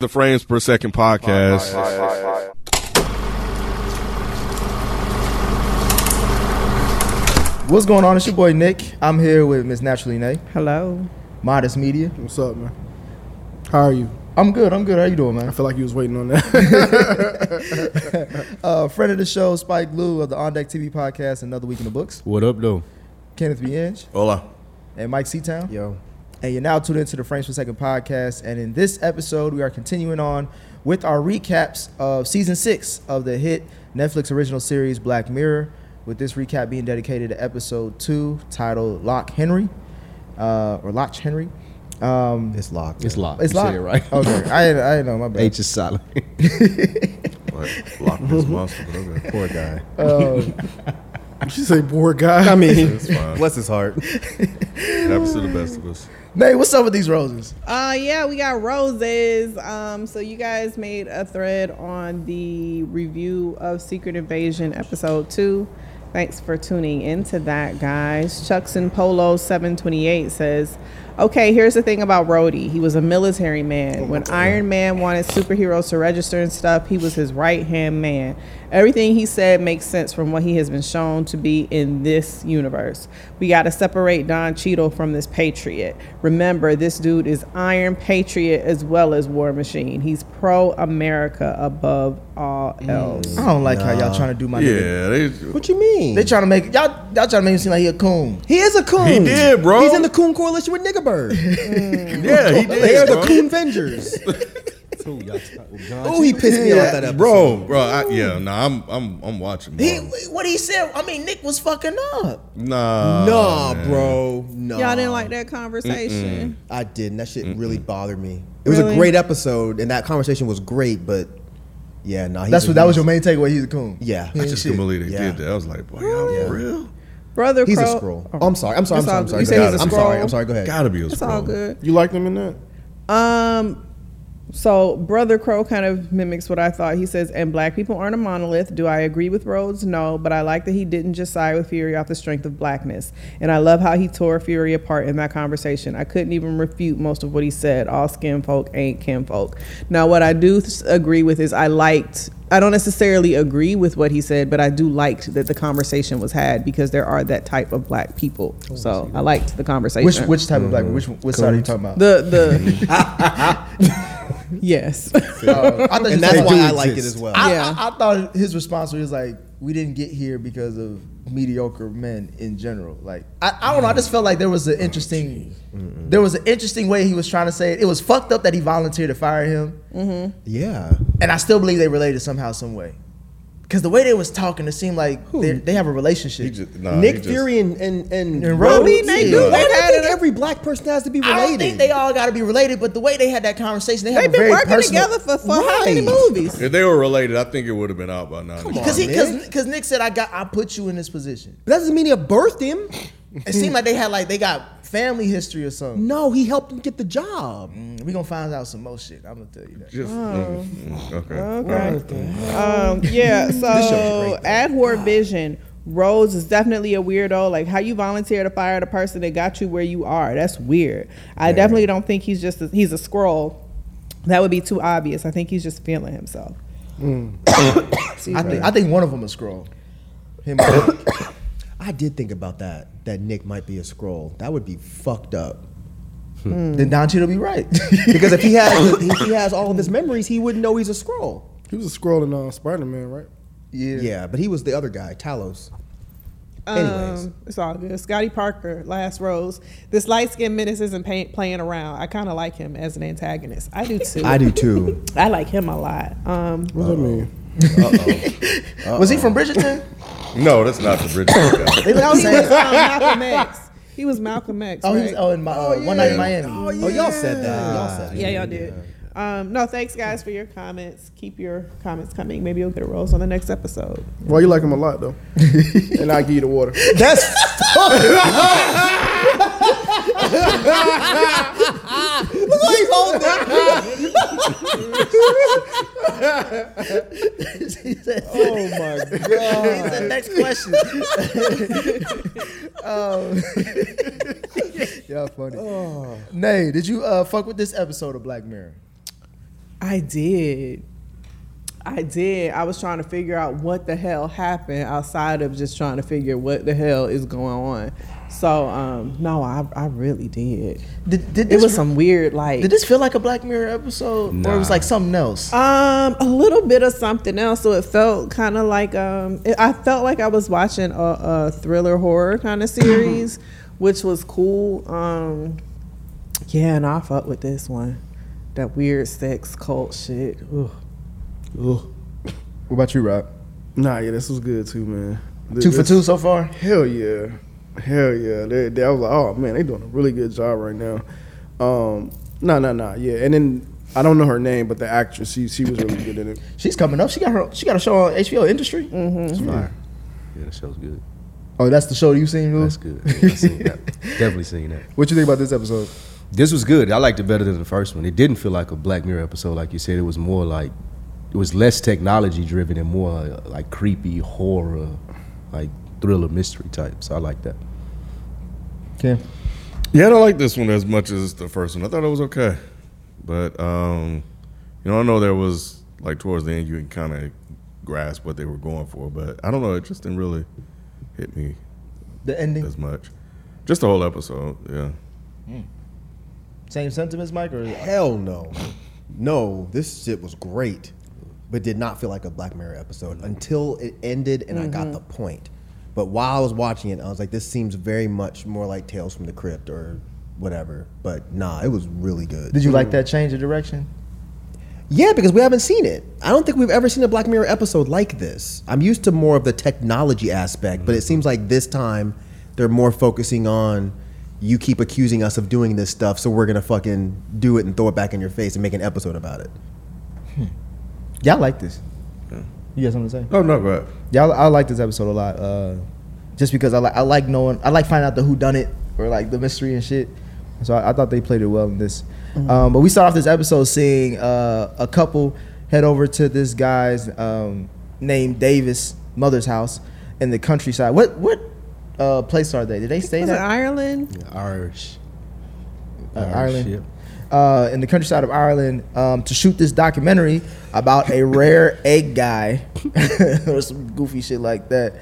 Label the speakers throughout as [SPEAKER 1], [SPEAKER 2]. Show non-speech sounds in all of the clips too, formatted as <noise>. [SPEAKER 1] The Frames Per Second podcast.
[SPEAKER 2] What's going on? It's your boy Nick. I'm here with Miss Naturally Nay,
[SPEAKER 3] Hello.
[SPEAKER 2] Modest Media.
[SPEAKER 4] What's up, man? How are you?
[SPEAKER 2] I'm good. I'm good. How you doing,
[SPEAKER 4] I
[SPEAKER 2] man?
[SPEAKER 4] feel like you was waiting on that. <laughs>
[SPEAKER 2] Uh, friend of the show, Spike Lou of the On Deck TV podcast, Another Week in the Books.
[SPEAKER 5] What up, though?
[SPEAKER 2] Kenneth B. Inge
[SPEAKER 5] Hola.
[SPEAKER 2] and Mike Seatown.
[SPEAKER 4] Yo,
[SPEAKER 2] And you're now tuned into the Frames Per Second podcast. And in this episode, we are continuing on with our recaps of season six of the hit Netflix original series Black Mirror, with this recap being dedicated to episode two titled Lock Henry uh, or Lock Henry. Um,
[SPEAKER 5] It's locked. It's locked.
[SPEAKER 2] it's
[SPEAKER 5] You said
[SPEAKER 2] locked.
[SPEAKER 5] it <laughs> right.
[SPEAKER 2] <laughs> Okay. I, didn't- I didn't know. My bad.
[SPEAKER 5] H is silent. <laughs>
[SPEAKER 1] Lock this monster, but okay.
[SPEAKER 5] Poor guy.
[SPEAKER 2] Um,
[SPEAKER 4] did you say poor guy? I mean,
[SPEAKER 5] <laughs>
[SPEAKER 1] It's fine.
[SPEAKER 5] Bless his heart.
[SPEAKER 1] Happens to the best of us.
[SPEAKER 2] Nay, what's up with these roses?
[SPEAKER 3] Uh yeah, we got roses. Um so you guys made a thread on the review of Secret Invasion episode 2. Thanks for tuning into that, guys. Chucks and Polo 728 says, "Okay, here's the thing about Rhodey. He was a military man. When Iron Man wanted superheroes to register and stuff, he was his right-hand man. Everything he said makes sense from what he has been shown to be in this universe. We got to separate Don Cheadle from this patriot. Remember, this dude is Iron Patriot as well as War Machine. He's pro America above all
[SPEAKER 5] Mm.
[SPEAKER 3] else.
[SPEAKER 2] I don't like how y'all trying to do my. nigga.
[SPEAKER 1] Yeah, they,
[SPEAKER 5] What you mean?
[SPEAKER 2] They trying to make y'all. Y'all trying to make him seem like he a coon.
[SPEAKER 5] he is a coon.
[SPEAKER 1] He did, bro.
[SPEAKER 5] He's in the coon coalition with Nigga Bird.
[SPEAKER 1] yeah, he did.
[SPEAKER 5] they are the
[SPEAKER 1] bro.
[SPEAKER 5] coon Avengers. oh, he pissed me off that episode.
[SPEAKER 1] Bro, bro, I, yeah, nah, I'm, I'm, I'm watching.
[SPEAKER 2] He,
[SPEAKER 1] bro.
[SPEAKER 2] what he said. I mean, Nick was fucking up.
[SPEAKER 1] Nah,
[SPEAKER 5] Nah,
[SPEAKER 1] Oh, man.
[SPEAKER 5] bro. Nah.
[SPEAKER 3] Y'all didn't like that conversation.
[SPEAKER 5] I didn't. That shit really bothered me. It was
[SPEAKER 3] Really?
[SPEAKER 5] a great episode, and that conversation was great, but yeah, nah. he's
[SPEAKER 2] That's
[SPEAKER 5] a
[SPEAKER 2] what. That was your
[SPEAKER 5] beast.
[SPEAKER 2] main takeaway. He's a coon.
[SPEAKER 5] Yeah.
[SPEAKER 1] I just couldn't believe they
[SPEAKER 5] Yeah.
[SPEAKER 1] did that. I was like, boy, y'all
[SPEAKER 5] Yeah.
[SPEAKER 1] real?
[SPEAKER 3] Brother
[SPEAKER 5] He's
[SPEAKER 3] Crow-
[SPEAKER 5] a scroll. Oh, I'm sorry. I'm sorry. I'm
[SPEAKER 3] It's
[SPEAKER 5] sorry.
[SPEAKER 3] all-
[SPEAKER 5] I'm sorry.
[SPEAKER 3] you
[SPEAKER 5] Go
[SPEAKER 3] said
[SPEAKER 5] ahead.
[SPEAKER 3] he's a
[SPEAKER 5] I'm sorry.
[SPEAKER 3] scroll?
[SPEAKER 5] I'm sorry. Go ahead.
[SPEAKER 1] Gotta be a
[SPEAKER 3] It's
[SPEAKER 1] scroll.
[SPEAKER 3] all good.
[SPEAKER 4] you liked him in that?
[SPEAKER 3] Um, so Brother Crow kind of mimics what I thought. He says, "And black people aren't a monolith." Do I agree with Rhodes? No, but I like that he didn't just side with Fury off the strength of blackness, and I love how he tore Fury apart in that conversation. I couldn't even refute most of what he said. All skin folk ain't kin folk. Now, what I do s- agree with is I liked. I don't necessarily agree with what he said, but I do liked that the conversation was had because there are that type of black people. So I liked the conversation.
[SPEAKER 2] Which which type of black?
[SPEAKER 5] Mm-hmm.
[SPEAKER 2] Which which side are you talking about?
[SPEAKER 3] The the <laughs> yes.
[SPEAKER 2] Uh, I thought you
[SPEAKER 5] And
[SPEAKER 2] said-
[SPEAKER 5] that's why
[SPEAKER 2] I-
[SPEAKER 5] I liked it as well.
[SPEAKER 2] I,
[SPEAKER 3] Yeah.
[SPEAKER 2] I, thought his response was like, "We didn't get here because of mediocre men in general." Like, I, I don't know. I just felt like there was an interesting,
[SPEAKER 1] Mm-hmm.
[SPEAKER 2] there was an interesting way he was trying to say it. It was fucked up that he volunteered to fire him.
[SPEAKER 5] Yeah.
[SPEAKER 2] and I still believe they related somehow, some way. Because the way they was talking, it seemed like they they have a relationship.
[SPEAKER 1] He just, nah, he
[SPEAKER 5] Nick
[SPEAKER 1] just-
[SPEAKER 5] Fury and and and,
[SPEAKER 2] And
[SPEAKER 5] Rhodes?
[SPEAKER 2] Rhodes, they do. They
[SPEAKER 5] Why do you
[SPEAKER 3] had
[SPEAKER 5] think
[SPEAKER 3] it.
[SPEAKER 5] every black person has to be related?
[SPEAKER 2] I don't think they all got to be related, but the way they had that conversation, they have
[SPEAKER 3] They've
[SPEAKER 2] a very
[SPEAKER 3] been working
[SPEAKER 2] personal-
[SPEAKER 3] together for fuck how many
[SPEAKER 5] Right.
[SPEAKER 3] movies?
[SPEAKER 1] If they were related, I think it would have been out by now. Come
[SPEAKER 5] on.
[SPEAKER 2] Because he, because,
[SPEAKER 5] Nick.
[SPEAKER 2] because Nick said, "I got, I put you in this position."
[SPEAKER 5] That doesn't mean he birthed him.
[SPEAKER 2] It seemed like they had, like, they got family history or something.
[SPEAKER 5] No, he helped him get the job.
[SPEAKER 2] Mm, We gonna find out some more shit. I'm gonna tell you that.
[SPEAKER 1] Just, mm, mm, okay.
[SPEAKER 3] Um, yeah. So at Horror Vision, Rose is definitely a weirdo. Like how you volunteer to fire the person that got you where you are. That's weird. I definitely don't think he's just a, he's a scroll. That would be too obvious. I think he's just feeling himself. Excuse
[SPEAKER 2] I
[SPEAKER 3] me.
[SPEAKER 2] think, I think one of them a scroll. Him. or Nick.
[SPEAKER 5] I did think about that. That Nick might be a scroll. That would be fucked up.
[SPEAKER 2] <coughs> then Don Cheadle be right. <laughs>
[SPEAKER 5] Because if he has if he has all of his memories, he wouldn't know he's a scroll.
[SPEAKER 4] He was a scroll in uh, Spider Man, right?
[SPEAKER 2] yeah.
[SPEAKER 5] Yeah, but he was the other guy, Talos. Anyways.
[SPEAKER 3] Um, it's all good. Scotty Parker, Last Rose. This light skinned menace isn't pay- playing around. I kind of like him as an antagonist. I do too.
[SPEAKER 5] I do too.
[SPEAKER 3] I like him a lot. Um,
[SPEAKER 4] What does that mean?
[SPEAKER 2] Was he from Bridgerton?
[SPEAKER 1] No, that's not the Bridgerton guy.
[SPEAKER 2] They
[SPEAKER 3] no,
[SPEAKER 2] look the
[SPEAKER 3] he was um,
[SPEAKER 2] same.
[SPEAKER 3] Malcolm X. He was Malcolm X.
[SPEAKER 2] Oh, he was
[SPEAKER 3] right?
[SPEAKER 2] oh, in my, uh, one night in Miami.
[SPEAKER 5] Oh, y'all said that. Y'all said
[SPEAKER 3] yeah, y'all did. Um, no, thanks guys for your comments. Keep your comments coming. Maybe you'll get a rose on the next episode.
[SPEAKER 4] Well, you like him a
[SPEAKER 2] <laughs>
[SPEAKER 4] lot though, and I give you the water.
[SPEAKER 5] That's Look how he's holding it.
[SPEAKER 2] he said,
[SPEAKER 5] Oh my god.
[SPEAKER 2] he said, next question. um, y'all funny. Nay, did you uh, fuck with this episode of Black Mirror?
[SPEAKER 3] I did. I did. I was trying to figure out what the hell happened outside of just trying to figure what the hell is going on. So, um, no, I, I really did.
[SPEAKER 2] Did, did
[SPEAKER 3] It
[SPEAKER 2] this
[SPEAKER 3] was some weird, like,
[SPEAKER 2] Did this feel like a Black Mirror episode, or it was
[SPEAKER 1] Nah.
[SPEAKER 2] like something else?
[SPEAKER 3] um, a little bit of something else. So it felt kind of like, um, it, I felt like I was watching a, a thriller horror kind of series, which was cool. Um, yeah, and I fuck with this one. That weird sex cult shit. Ugh.
[SPEAKER 2] What about you, Rob?
[SPEAKER 4] Nah, yeah, this was good too, man. Th-
[SPEAKER 2] Two for
[SPEAKER 4] this-
[SPEAKER 2] two so far.
[SPEAKER 4] Hell yeah, hell yeah. They, they, I was like, oh man, they doing a really good job right now. Um, nah, nah, nah. Yeah, and then I don't know her name, but the actress, she she was really good in it.
[SPEAKER 2] She's coming up. She got her. She got a show on HBO Industry.
[SPEAKER 6] It's fire. Yeah, the show's good.
[SPEAKER 2] Oh, that's the show you seen, Lou.
[SPEAKER 6] That's good. Yeah, I seen that. Definitely seen that.
[SPEAKER 2] What you think about this episode?
[SPEAKER 6] This was good. I liked it better than the first one. It didn't feel like a Black Mirror episode, like you said. It was more like it was less technology driven and more uh, like creepy horror, like thriller mystery type. So I like that.
[SPEAKER 2] Okay.
[SPEAKER 1] Yeah, I don't like this one as much as the first one. I thought it was okay, but um, you know, I know there was like towards the end you can kind of grasp what they were going for, but I don't know. It just didn't really hit me
[SPEAKER 2] The ending.
[SPEAKER 1] as much. Just the whole episode, yeah.
[SPEAKER 2] Same sentiments, Mike. Or
[SPEAKER 5] Hell no. No, this shit was great, but did not feel like a Black Mirror episode until it ended and I got the point. But while I was watching it, I was like, this seems very much more like Tales from the Crypt or whatever. But nah, it was really good.
[SPEAKER 2] did you like that change of direction?
[SPEAKER 5] Yeah, because we haven't seen it. I don't think we've ever seen a Black Mirror episode like this. I'm used to more of the technology aspect, but it seems like this time they're more focusing on you keep accusing us of doing this stuff, so we're gonna fucking do it and throw it back in your face and make an episode about it.
[SPEAKER 2] Y'all like this? You got something to say?
[SPEAKER 1] Oh no, but
[SPEAKER 2] Y'all, I like this episode a lot. Uh, just because I like, I like knowing, I like finding out the who done it or like the mystery and shit. So I, I thought they played it well in this.
[SPEAKER 3] Mm.
[SPEAKER 2] Um, but we start off this episode seeing uh, a couple head over to this guy's um, named Davis mother's house in the countryside. What what uh, place are they? Did they stay
[SPEAKER 3] Was it
[SPEAKER 2] there?
[SPEAKER 3] Ireland?
[SPEAKER 6] Irish.
[SPEAKER 2] Uh, Ireland. Uh, in the countryside of Ireland um, to shoot this documentary about a <laughs> rare egg guy or some goofy shit like that.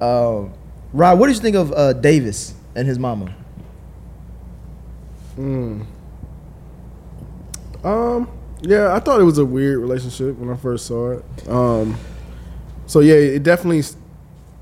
[SPEAKER 2] Um, Rod, what did you think of uh, Davis and his mama?
[SPEAKER 4] Um, yeah, I thought it was a weird relationship when I first saw it. Um, so yeah, it definitely s-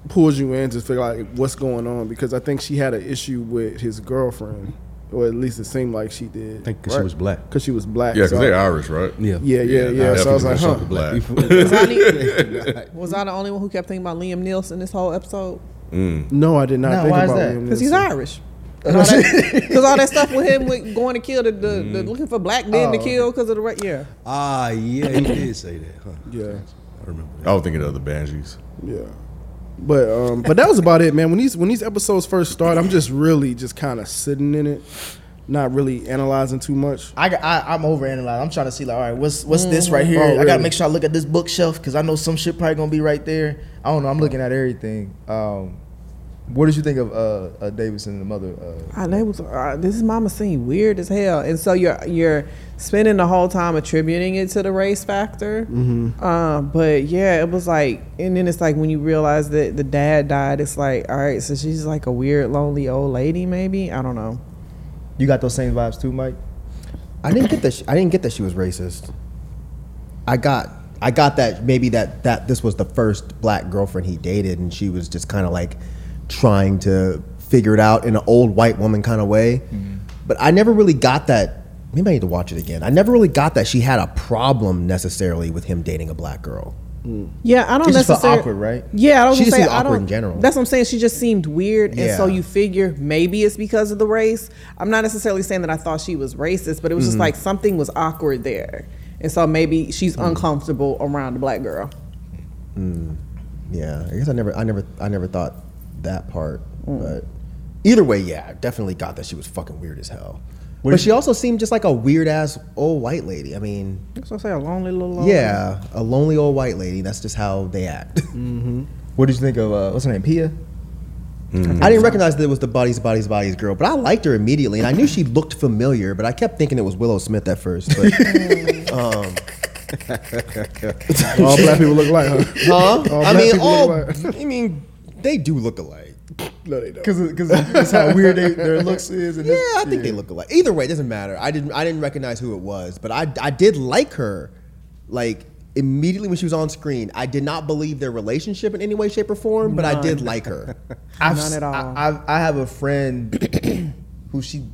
[SPEAKER 4] pulls you in to figure out what's going on because I think she had an issue with his girlfriend, or at least it seemed like she did.
[SPEAKER 6] I think 'cause she was black.
[SPEAKER 4] Because she was black.
[SPEAKER 1] yeah, because
[SPEAKER 4] so
[SPEAKER 1] they're
[SPEAKER 4] I-
[SPEAKER 1] Irish, right?
[SPEAKER 6] Yeah.
[SPEAKER 4] Yeah, yeah, yeah. So I was like, huh.
[SPEAKER 1] definitely black.
[SPEAKER 3] <laughs> Was I, <laughs> the, was I the only one who kept thinking about Liam Nielsen this whole episode?
[SPEAKER 4] No, I did not
[SPEAKER 2] No,
[SPEAKER 4] think
[SPEAKER 2] why is
[SPEAKER 4] about
[SPEAKER 2] that?
[SPEAKER 4] Liam
[SPEAKER 3] Because he's
[SPEAKER 4] Neeson.
[SPEAKER 3] Irish. Because all that stuff with him with going to kill the, the, the looking for black men to kill because of the right. Yeah.
[SPEAKER 6] Ah, yeah, he did say that. Huh?
[SPEAKER 4] Yeah,
[SPEAKER 6] I remember that.
[SPEAKER 1] I was thinking of the Banshees.
[SPEAKER 4] yeah. But um, but that was about it, man. When these when these episodes first start, I'm just really just kind of sitting in it, not really analyzing too much.
[SPEAKER 2] I, got- I I'm overanalyzing. I'm trying to see like, all right, what's what's this right here?
[SPEAKER 4] Oh,
[SPEAKER 2] I gotta
[SPEAKER 4] really?
[SPEAKER 2] make sure I look at this bookshelf because I know some shit probably gonna be right there. I don't know. I'm looking at everything. Um, what did you think of uh, uh, Davis and the mother? Uh,
[SPEAKER 3] I know it was, uh, this is mama scene weird as hell, and so you're you're spending the whole time attributing it to the race factor. Um, but yeah, it was like, and then it's like when you realize that the dad died, it's like, all right, so she's like a weird, lonely old lady, maybe. I don't know.
[SPEAKER 2] you got those same vibes too, Mike.
[SPEAKER 5] I didn't get that. She, I didn't get that she was racist. I got. I got that maybe that that this was the first black girlfriend he dated, and she was just kind of like trying to figure it out in an old white woman kind of way.
[SPEAKER 6] Mm-hmm.
[SPEAKER 5] But I never really got that. Maybe I need to watch it again. I never really got that she had a problem necessarily with him dating a black girl.
[SPEAKER 3] Yeah, I don't
[SPEAKER 2] It just felt
[SPEAKER 3] necessarily.
[SPEAKER 2] awkward, right?
[SPEAKER 3] Yeah, I don't
[SPEAKER 5] She just
[SPEAKER 3] say
[SPEAKER 5] seemed
[SPEAKER 3] I
[SPEAKER 5] awkward
[SPEAKER 3] don't-
[SPEAKER 5] in general.
[SPEAKER 3] That's what I'm saying. She just seemed weird, and so
[SPEAKER 5] Yeah.
[SPEAKER 3] you figure maybe it's because of the race. I'm not necessarily saying that I thought she was racist, but it was
[SPEAKER 5] Mm-hmm.
[SPEAKER 3] just like something was awkward there, and so maybe she's
[SPEAKER 5] Mm-hmm.
[SPEAKER 3] uncomfortable around the black girl.
[SPEAKER 5] Yeah, I guess I never, I never, I never thought that part. But either way, yeah, I definitely got that she was fucking weird as hell. but she also seemed just like a weird ass old white lady. I mean,
[SPEAKER 3] That's what I say. A lonely little. old-
[SPEAKER 5] <laughs> yeah, a lonely old white lady. That's just how they act. <laughs>
[SPEAKER 2] What did you think of uh, what's her name? Pia.
[SPEAKER 5] I didn't recognize that it was the bodies, bodies, bodies girl, but I liked her immediately, and I knew she looked familiar, but I kept thinking it was Willow Smith at first. But, um,
[SPEAKER 4] All black people look alike, huh?
[SPEAKER 5] Huh?
[SPEAKER 4] All
[SPEAKER 5] I
[SPEAKER 4] black
[SPEAKER 5] mean,
[SPEAKER 4] people
[SPEAKER 5] all.
[SPEAKER 4] look
[SPEAKER 5] I mean, they do look alike.
[SPEAKER 4] No, they don't.
[SPEAKER 2] because that's how weird they, their looks is. And
[SPEAKER 5] Yeah,
[SPEAKER 2] this-
[SPEAKER 5] I think they look alike. Either way, it doesn't matter. I didn't. I didn't recognize who it was, but I. I did like her, like immediately when she was on screen. I did not believe their relationship in any way, shape, or form, but I did
[SPEAKER 3] <laughs>
[SPEAKER 5] like her.
[SPEAKER 2] I've,
[SPEAKER 3] None at all.
[SPEAKER 2] I, I've, I have a friend who she,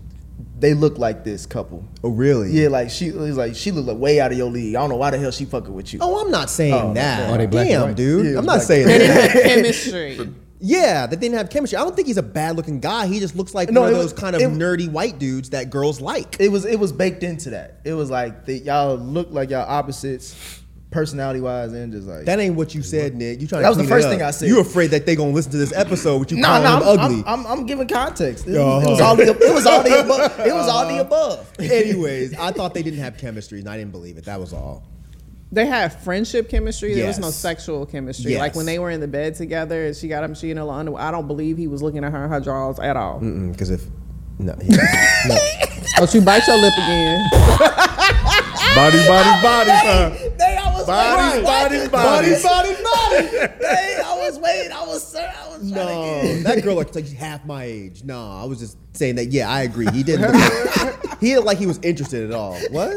[SPEAKER 2] they look like this couple.
[SPEAKER 5] <coughs> Oh, really?
[SPEAKER 2] Yeah, like she was like she looked like way out of your league. I don't know why the hell she fucking with you.
[SPEAKER 5] Oh, I'm not saying that.
[SPEAKER 6] Are they black and
[SPEAKER 5] Damn,
[SPEAKER 6] white?
[SPEAKER 5] dude.
[SPEAKER 2] Yeah,
[SPEAKER 5] I'm not
[SPEAKER 2] black-
[SPEAKER 5] saying
[SPEAKER 3] They <laughs> didn't
[SPEAKER 5] that.
[SPEAKER 3] have chemistry.
[SPEAKER 5] Yeah, that didn't have chemistry. I don't think he's a bad looking guy. He just looks like
[SPEAKER 2] No,
[SPEAKER 5] one of
[SPEAKER 2] it was-
[SPEAKER 5] those kind of
[SPEAKER 2] it-
[SPEAKER 5] nerdy white dudes that girls like.
[SPEAKER 2] It was it was baked into that. It was like that y'all look like y'all opposites, personality wise, and just like
[SPEAKER 5] That ain't what you said, Nick. You trying
[SPEAKER 2] That was
[SPEAKER 5] to
[SPEAKER 2] the
[SPEAKER 5] clean it
[SPEAKER 2] first
[SPEAKER 5] up.
[SPEAKER 2] thing I said.
[SPEAKER 5] You afraid that they gonna listen to this episode with you
[SPEAKER 2] No,
[SPEAKER 5] calling
[SPEAKER 2] no,
[SPEAKER 5] them
[SPEAKER 2] I'm,
[SPEAKER 5] ugly?
[SPEAKER 2] I'm, I'm, I'm giving context. It was, it was all the it was all the above. It was all <laughs> the above.
[SPEAKER 5] Anyways, I thought they didn't have chemistry, and I didn't believe it. That was all.
[SPEAKER 3] They had friendship chemistry. There was no
[SPEAKER 5] Yes.
[SPEAKER 3] sexual chemistry.
[SPEAKER 5] Yes.
[SPEAKER 3] Like when they were in the bed together, and she got him, she in her little underwear. I don't believe he was looking at her in her drawers at all.
[SPEAKER 5] Because Mm, if no, he- <laughs> no.
[SPEAKER 3] Don't you bite your lip again?
[SPEAKER 1] Body, body, body. huh?
[SPEAKER 2] They I was
[SPEAKER 1] Body,
[SPEAKER 2] waiting.
[SPEAKER 1] body, body.
[SPEAKER 5] body, body, body.
[SPEAKER 2] They I was waiting. I was sir. I was trying to get-
[SPEAKER 5] No, that girl looked like she's half my age. No, I was just saying that. Yeah, I agree. He <laughs> didn't. Look, he didn't like he was interested at all. What?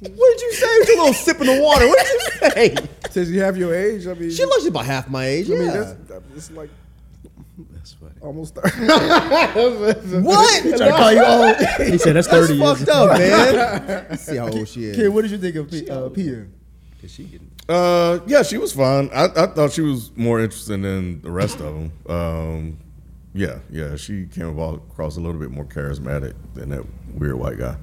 [SPEAKER 5] What did you say? With your little sip in the water. What did you say?
[SPEAKER 4] Since you have your age, I mean,
[SPEAKER 5] She looks about half my age.
[SPEAKER 4] I mean,
[SPEAKER 5] yeah.
[SPEAKER 4] that's, that's like
[SPEAKER 6] That's funny.
[SPEAKER 4] almost. <laughs> That's
[SPEAKER 5] what?
[SPEAKER 7] He said that's
[SPEAKER 5] <laughs> That's
[SPEAKER 7] thirty years.
[SPEAKER 5] fucked up, man. Let's See how old she is.
[SPEAKER 2] Kid, what did you think of P- uh, Pierre?
[SPEAKER 6] Is she getting?
[SPEAKER 1] Uh, yeah, she was fine. I, I thought she was more interesting than the rest of them. Um, yeah, yeah, she came about- across a little bit more charismatic than that weird white guy.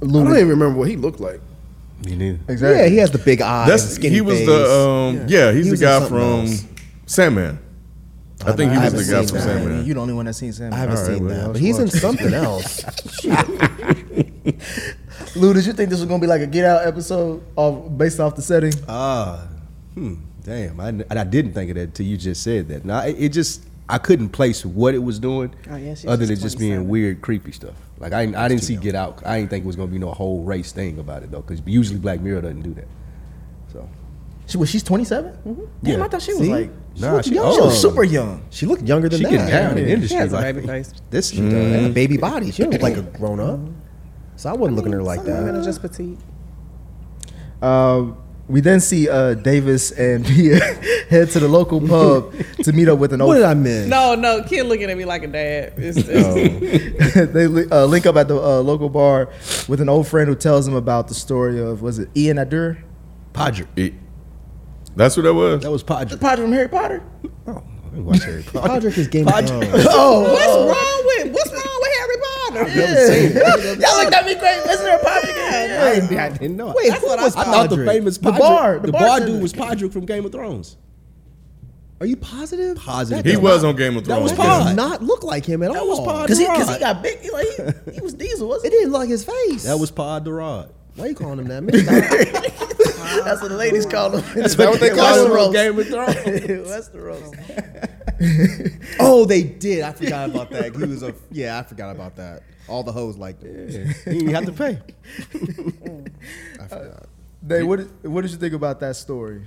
[SPEAKER 4] I don't even remember what he looked like.
[SPEAKER 6] <laughs> Me neither.
[SPEAKER 5] Yeah, he has the big eyes. the
[SPEAKER 1] That's
[SPEAKER 5] skinny
[SPEAKER 1] he was
[SPEAKER 5] face.
[SPEAKER 1] the
[SPEAKER 6] uh,
[SPEAKER 1] um, yeah, he's
[SPEAKER 5] He was
[SPEAKER 1] the
[SPEAKER 5] in
[SPEAKER 1] guy
[SPEAKER 5] something
[SPEAKER 1] from
[SPEAKER 5] else.
[SPEAKER 1] Sandman. I think he
[SPEAKER 5] I
[SPEAKER 1] was
[SPEAKER 5] haven't
[SPEAKER 1] the guy
[SPEAKER 5] seen
[SPEAKER 1] from
[SPEAKER 5] that.
[SPEAKER 1] Sandman.
[SPEAKER 2] You the only one that's seen Sam.
[SPEAKER 5] I haven't
[SPEAKER 1] All right,
[SPEAKER 5] seen
[SPEAKER 1] well,
[SPEAKER 5] that, but
[SPEAKER 1] let's
[SPEAKER 5] he's in
[SPEAKER 1] watch. <laughs>
[SPEAKER 5] something else.
[SPEAKER 2] Lou, did you think this was gonna be like a get out episode of based off the setting?
[SPEAKER 6] Ah, hmm. Damn, I, I didn't think of that until you just said that. Now it, it just I couldn't place what it was doing,
[SPEAKER 3] Oh, yeah, she's
[SPEAKER 6] other than
[SPEAKER 3] just
[SPEAKER 6] just being
[SPEAKER 3] 27.
[SPEAKER 6] weird, creepy stuff. Like I, I didn't see Get Out. I didn't think it was gonna be no whole race thing about it though, because usually Black Mirror doesn't do that. So
[SPEAKER 2] She was she's 27? Damn,
[SPEAKER 6] Yeah.
[SPEAKER 2] I thought she was
[SPEAKER 6] See?
[SPEAKER 2] like she
[SPEAKER 6] Nah,
[SPEAKER 2] looked
[SPEAKER 6] she
[SPEAKER 2] young. She was
[SPEAKER 6] old.
[SPEAKER 2] super young.
[SPEAKER 5] She looked younger than
[SPEAKER 6] she
[SPEAKER 5] that.
[SPEAKER 6] getting down in the
[SPEAKER 3] She
[SPEAKER 6] industry.
[SPEAKER 3] has a
[SPEAKER 6] like,
[SPEAKER 3] baby face.
[SPEAKER 6] This she
[SPEAKER 5] She had a
[SPEAKER 6] does.
[SPEAKER 5] baby body. She don't look like a grown up. So I wasn't looking at her like
[SPEAKER 3] Some women
[SPEAKER 5] that.
[SPEAKER 3] are just petite.
[SPEAKER 2] Um, we then see uh, Davis and <laughs> Pia head to the local pub to meet up with
[SPEAKER 6] <laughs>
[SPEAKER 2] an
[SPEAKER 5] What
[SPEAKER 2] old.
[SPEAKER 5] did I miss?
[SPEAKER 3] No, no, kid looking at me like a dad. It's,
[SPEAKER 2] <laughs>
[SPEAKER 3] it's,
[SPEAKER 2] they li- uh, link up at the uh, local bar with an old friend who tells them about the story of was it Ian
[SPEAKER 6] <laughs>
[SPEAKER 2] Adur?
[SPEAKER 6] Podger.
[SPEAKER 1] He- that's what that was.
[SPEAKER 6] That was Podger.
[SPEAKER 2] Potter from Harry Potter.
[SPEAKER 6] Oh, I didn't watch Harry Potter.
[SPEAKER 5] Podrick is Game of
[SPEAKER 6] <laughs>
[SPEAKER 5] Thrones.
[SPEAKER 3] What's wrong with What's wrong with Harry Potter?
[SPEAKER 2] Y'all like that be great. Isn't there a Potter again?
[SPEAKER 6] I didn't, I didn't know.
[SPEAKER 5] Wait,
[SPEAKER 6] I,
[SPEAKER 5] who was
[SPEAKER 6] I thought the
[SPEAKER 5] Podrick?
[SPEAKER 6] famous
[SPEAKER 2] The
[SPEAKER 6] Podrick-
[SPEAKER 2] bar- the
[SPEAKER 6] the bar
[SPEAKER 2] bartender.
[SPEAKER 6] dude was Podrick from Game of Thrones.
[SPEAKER 5] Are you positive? Positive.
[SPEAKER 1] he was on Game of
[SPEAKER 5] That
[SPEAKER 1] Thrones.
[SPEAKER 5] was
[SPEAKER 1] yeah.
[SPEAKER 5] Pod. Not look like him at all.
[SPEAKER 6] was Pod.
[SPEAKER 2] Cause he, cause he got big. He, like, he, he was diesel,
[SPEAKER 5] It
[SPEAKER 2] wasn't
[SPEAKER 5] didn't look like his face.
[SPEAKER 6] That was Pod Derod.
[SPEAKER 5] Why you calling him that?
[SPEAKER 6] <laughs>
[SPEAKER 5] Man, stop.
[SPEAKER 2] he? That's what the ladies call him. That's
[SPEAKER 6] what they call him
[SPEAKER 2] Westeros.
[SPEAKER 6] on Game of Thrones.
[SPEAKER 2] Westeros.
[SPEAKER 5] oh, they did. I forgot about that. He was a. Yeah, I forgot about that. All the hoes liked him.
[SPEAKER 6] you have to pay.
[SPEAKER 2] Dave, what did, what did you think about that story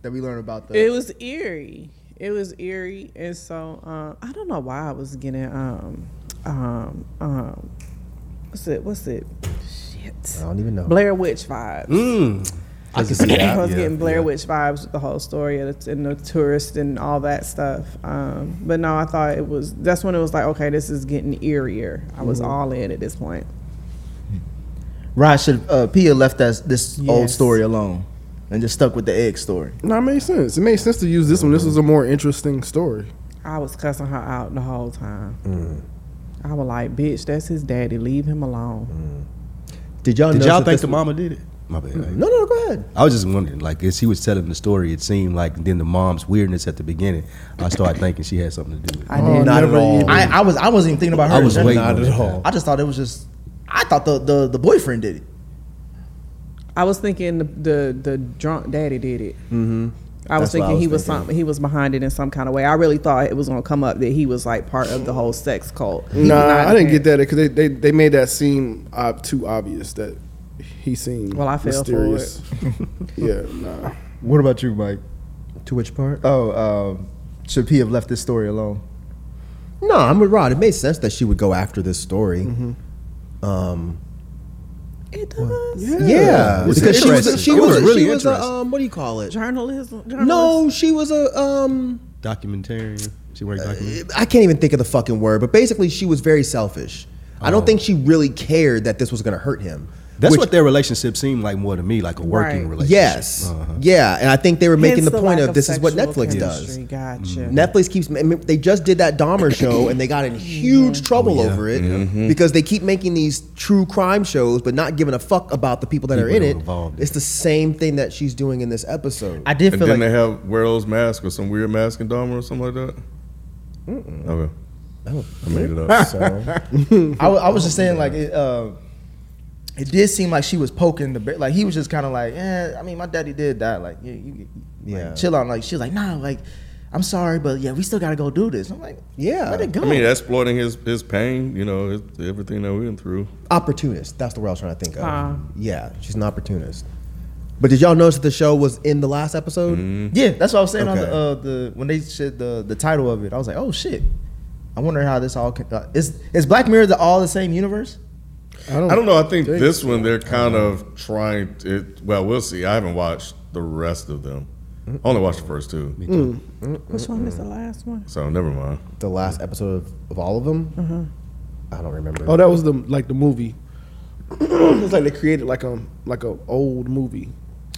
[SPEAKER 2] that we learned about the
[SPEAKER 3] It was eerie. It was eerie, and so um, I don't know why I was getting um um um what's it what's it shit
[SPEAKER 5] I
[SPEAKER 6] Oh.
[SPEAKER 5] don't even know.
[SPEAKER 3] Blair Witch vibes.
[SPEAKER 6] Mm.
[SPEAKER 5] I can see
[SPEAKER 3] I
[SPEAKER 5] that.
[SPEAKER 3] was getting Blair Witch vibes with the whole story and the, and the tourist and all that stuff. Um, but no, I thought it was that's when it was like okay, this is getting eerier. I was
[SPEAKER 5] Mm-hmm.
[SPEAKER 3] all in at this point.
[SPEAKER 2] Rod should uh, Pia left us this old
[SPEAKER 3] Yes.
[SPEAKER 2] story alone and just stuck with the egg story.
[SPEAKER 4] No, it made sense. It made sense to use this one. This was a more interesting story.
[SPEAKER 3] I was cussing her out the whole time.
[SPEAKER 5] Mm.
[SPEAKER 3] I was like, bitch, that's his daddy. Leave him alone.
[SPEAKER 5] Mm. Did y'all?
[SPEAKER 6] Did
[SPEAKER 5] notice
[SPEAKER 6] y'all
[SPEAKER 5] that
[SPEAKER 6] think
[SPEAKER 5] this
[SPEAKER 6] the
[SPEAKER 5] was-
[SPEAKER 6] mama did it? My bad.
[SPEAKER 5] <laughs> No, no, no. Go ahead.
[SPEAKER 6] I was just wondering, like, as he was telling the story, it seemed like then the mom's weirdness at the beginning, I started thinking she had something to do with it.
[SPEAKER 2] I did
[SPEAKER 5] Oh, Not at all.
[SPEAKER 2] I, I was I wasn't even thinking about her.
[SPEAKER 6] I was
[SPEAKER 2] in general.
[SPEAKER 6] waiting Not on at that. all.
[SPEAKER 2] I just thought it was just. I thought the the, the boyfriend did it.
[SPEAKER 3] I was thinking the the, the drunk daddy did it. Mm-hmm. I was
[SPEAKER 5] That's what I
[SPEAKER 3] thinking he
[SPEAKER 5] was
[SPEAKER 3] was
[SPEAKER 5] thinking.
[SPEAKER 3] some, he was behind it in some kind of way. I really thought it was going to come up that he was like part of the whole sex cult. He was
[SPEAKER 4] Nah,
[SPEAKER 3] not
[SPEAKER 4] I didn't
[SPEAKER 3] that.
[SPEAKER 4] get that because they, they, they made that seem uh, too obvious that he seemed
[SPEAKER 3] Well, I fell for
[SPEAKER 4] mysterious.
[SPEAKER 3] <laughs>
[SPEAKER 4] yeah, nah.
[SPEAKER 2] What about you, Mike?
[SPEAKER 5] To which part?
[SPEAKER 2] Oh, um, should P have left this story alone?
[SPEAKER 5] No, I'm with Rod. It made sense that she would go after this story.
[SPEAKER 6] Mm-hmm.
[SPEAKER 5] Um,
[SPEAKER 3] It does.
[SPEAKER 5] yeah.
[SPEAKER 6] It's
[SPEAKER 5] because she was, a,
[SPEAKER 6] interesting.
[SPEAKER 5] she
[SPEAKER 6] It
[SPEAKER 5] was,
[SPEAKER 6] was
[SPEAKER 5] a-
[SPEAKER 6] really
[SPEAKER 5] she was a,
[SPEAKER 6] interesting.
[SPEAKER 5] um, what do you call it?
[SPEAKER 3] Journalism. journalism.
[SPEAKER 5] No, she was a um,
[SPEAKER 6] Documentarian. She worked documentary.
[SPEAKER 5] I can't even think of the fucking word, but basically she was very selfish. I don't think she really cared that this was going to hurt him.
[SPEAKER 6] Oh. That's
[SPEAKER 5] which-
[SPEAKER 6] what their relationship seemed like more to me, like a working
[SPEAKER 3] Right.
[SPEAKER 6] relationship.
[SPEAKER 5] Yes.
[SPEAKER 6] Uh-huh.
[SPEAKER 5] Yeah, and I think they were making
[SPEAKER 3] Hence
[SPEAKER 5] the, point
[SPEAKER 3] lack
[SPEAKER 5] of this is what
[SPEAKER 3] sexual
[SPEAKER 5] Netflix does. Mm-hmm.
[SPEAKER 3] chemistry. Gotcha.
[SPEAKER 5] Netflix keeps. I mean, they just did that Dahmer
[SPEAKER 6] <coughs>
[SPEAKER 5] show, and they got in huge trouble
[SPEAKER 6] Oh,
[SPEAKER 5] over it
[SPEAKER 6] Mm-hmm.
[SPEAKER 5] because they keep making these true crime shows, but not giving a fuck about the people that
[SPEAKER 6] People
[SPEAKER 5] are in
[SPEAKER 6] that
[SPEAKER 5] it.
[SPEAKER 6] were involved.
[SPEAKER 5] It's the same thing that she's doing in this
[SPEAKER 6] <laughs>
[SPEAKER 5] episode.
[SPEAKER 2] I did
[SPEAKER 1] And
[SPEAKER 2] feel
[SPEAKER 1] didn't
[SPEAKER 2] like
[SPEAKER 1] they have wear those masks or some weird mask in Dahmer or something like that? Okay. I made it up.
[SPEAKER 2] I, wa- I was just saying like it. Uh, it did seem like she was poking the bear. Like he was just kind of like, eh. I mean, my daddy did die. Like, you, you, like,
[SPEAKER 5] Yeah.
[SPEAKER 2] chill out. Like she was like, nah. Like, I'm sorry, but yeah, we still gotta go do this. I'm like,
[SPEAKER 5] Yeah.
[SPEAKER 2] let it go.
[SPEAKER 1] I mean, exploiting his his pain, you know, his, everything that we went through.
[SPEAKER 5] opportunist. That's the word I was trying to think of.
[SPEAKER 3] Ah.
[SPEAKER 5] Yeah, she's an opportunist. But did y'all notice that the show was in the last episode?
[SPEAKER 2] yeah, that's what I was saying on the,
[SPEAKER 5] Okay.
[SPEAKER 2] uh, the when they said the the title of it. I was like, oh shit. I wonder how this all can, uh, is. Is Black Mirror the all the same universe?
[SPEAKER 1] I don't know. I think this one they're kind of trying. To, it, well, we'll see. I haven't watched the rest of them. I only watched the first two,
[SPEAKER 3] Which one is the last one?
[SPEAKER 1] so never mind.
[SPEAKER 5] The last episode of, of all of them.
[SPEAKER 3] Mm-hmm.
[SPEAKER 5] I don't remember.
[SPEAKER 4] Oh, that was the like the <clears throat> movie. it was like they created like um like a old movie.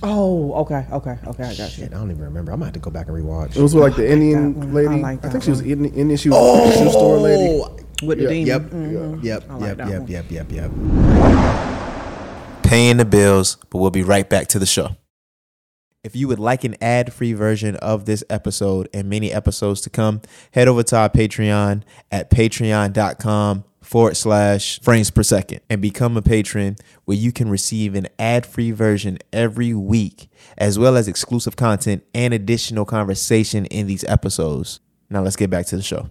[SPEAKER 3] Oh, okay, okay, okay. I got you.
[SPEAKER 5] Shit, I don't even remember. I might have to go back and rewatch.
[SPEAKER 4] It was with like the Indian
[SPEAKER 3] one.
[SPEAKER 4] lady.
[SPEAKER 3] I
[SPEAKER 4] I,
[SPEAKER 3] like that
[SPEAKER 4] think she was
[SPEAKER 3] one. Oh!
[SPEAKER 4] Indian. Indian. She was a shoe store lady.
[SPEAKER 3] With the
[SPEAKER 4] Yeah.
[SPEAKER 3] demon.
[SPEAKER 5] Yep.
[SPEAKER 3] Mhm.
[SPEAKER 5] Yep.
[SPEAKER 3] I like
[SPEAKER 5] Yep.
[SPEAKER 3] that
[SPEAKER 5] yep.
[SPEAKER 3] one.
[SPEAKER 5] Yep. Yep. Yep.
[SPEAKER 8] paying the bills, but we'll be right back to the show. If you would like an ad free version of this episode and many episodes to come, head over to our Patreon at patreon.com forward slash frames per second and become a patron where you can receive an ad free version every week, as well as exclusive content and additional conversation in these episodes. Now let's get back to the show.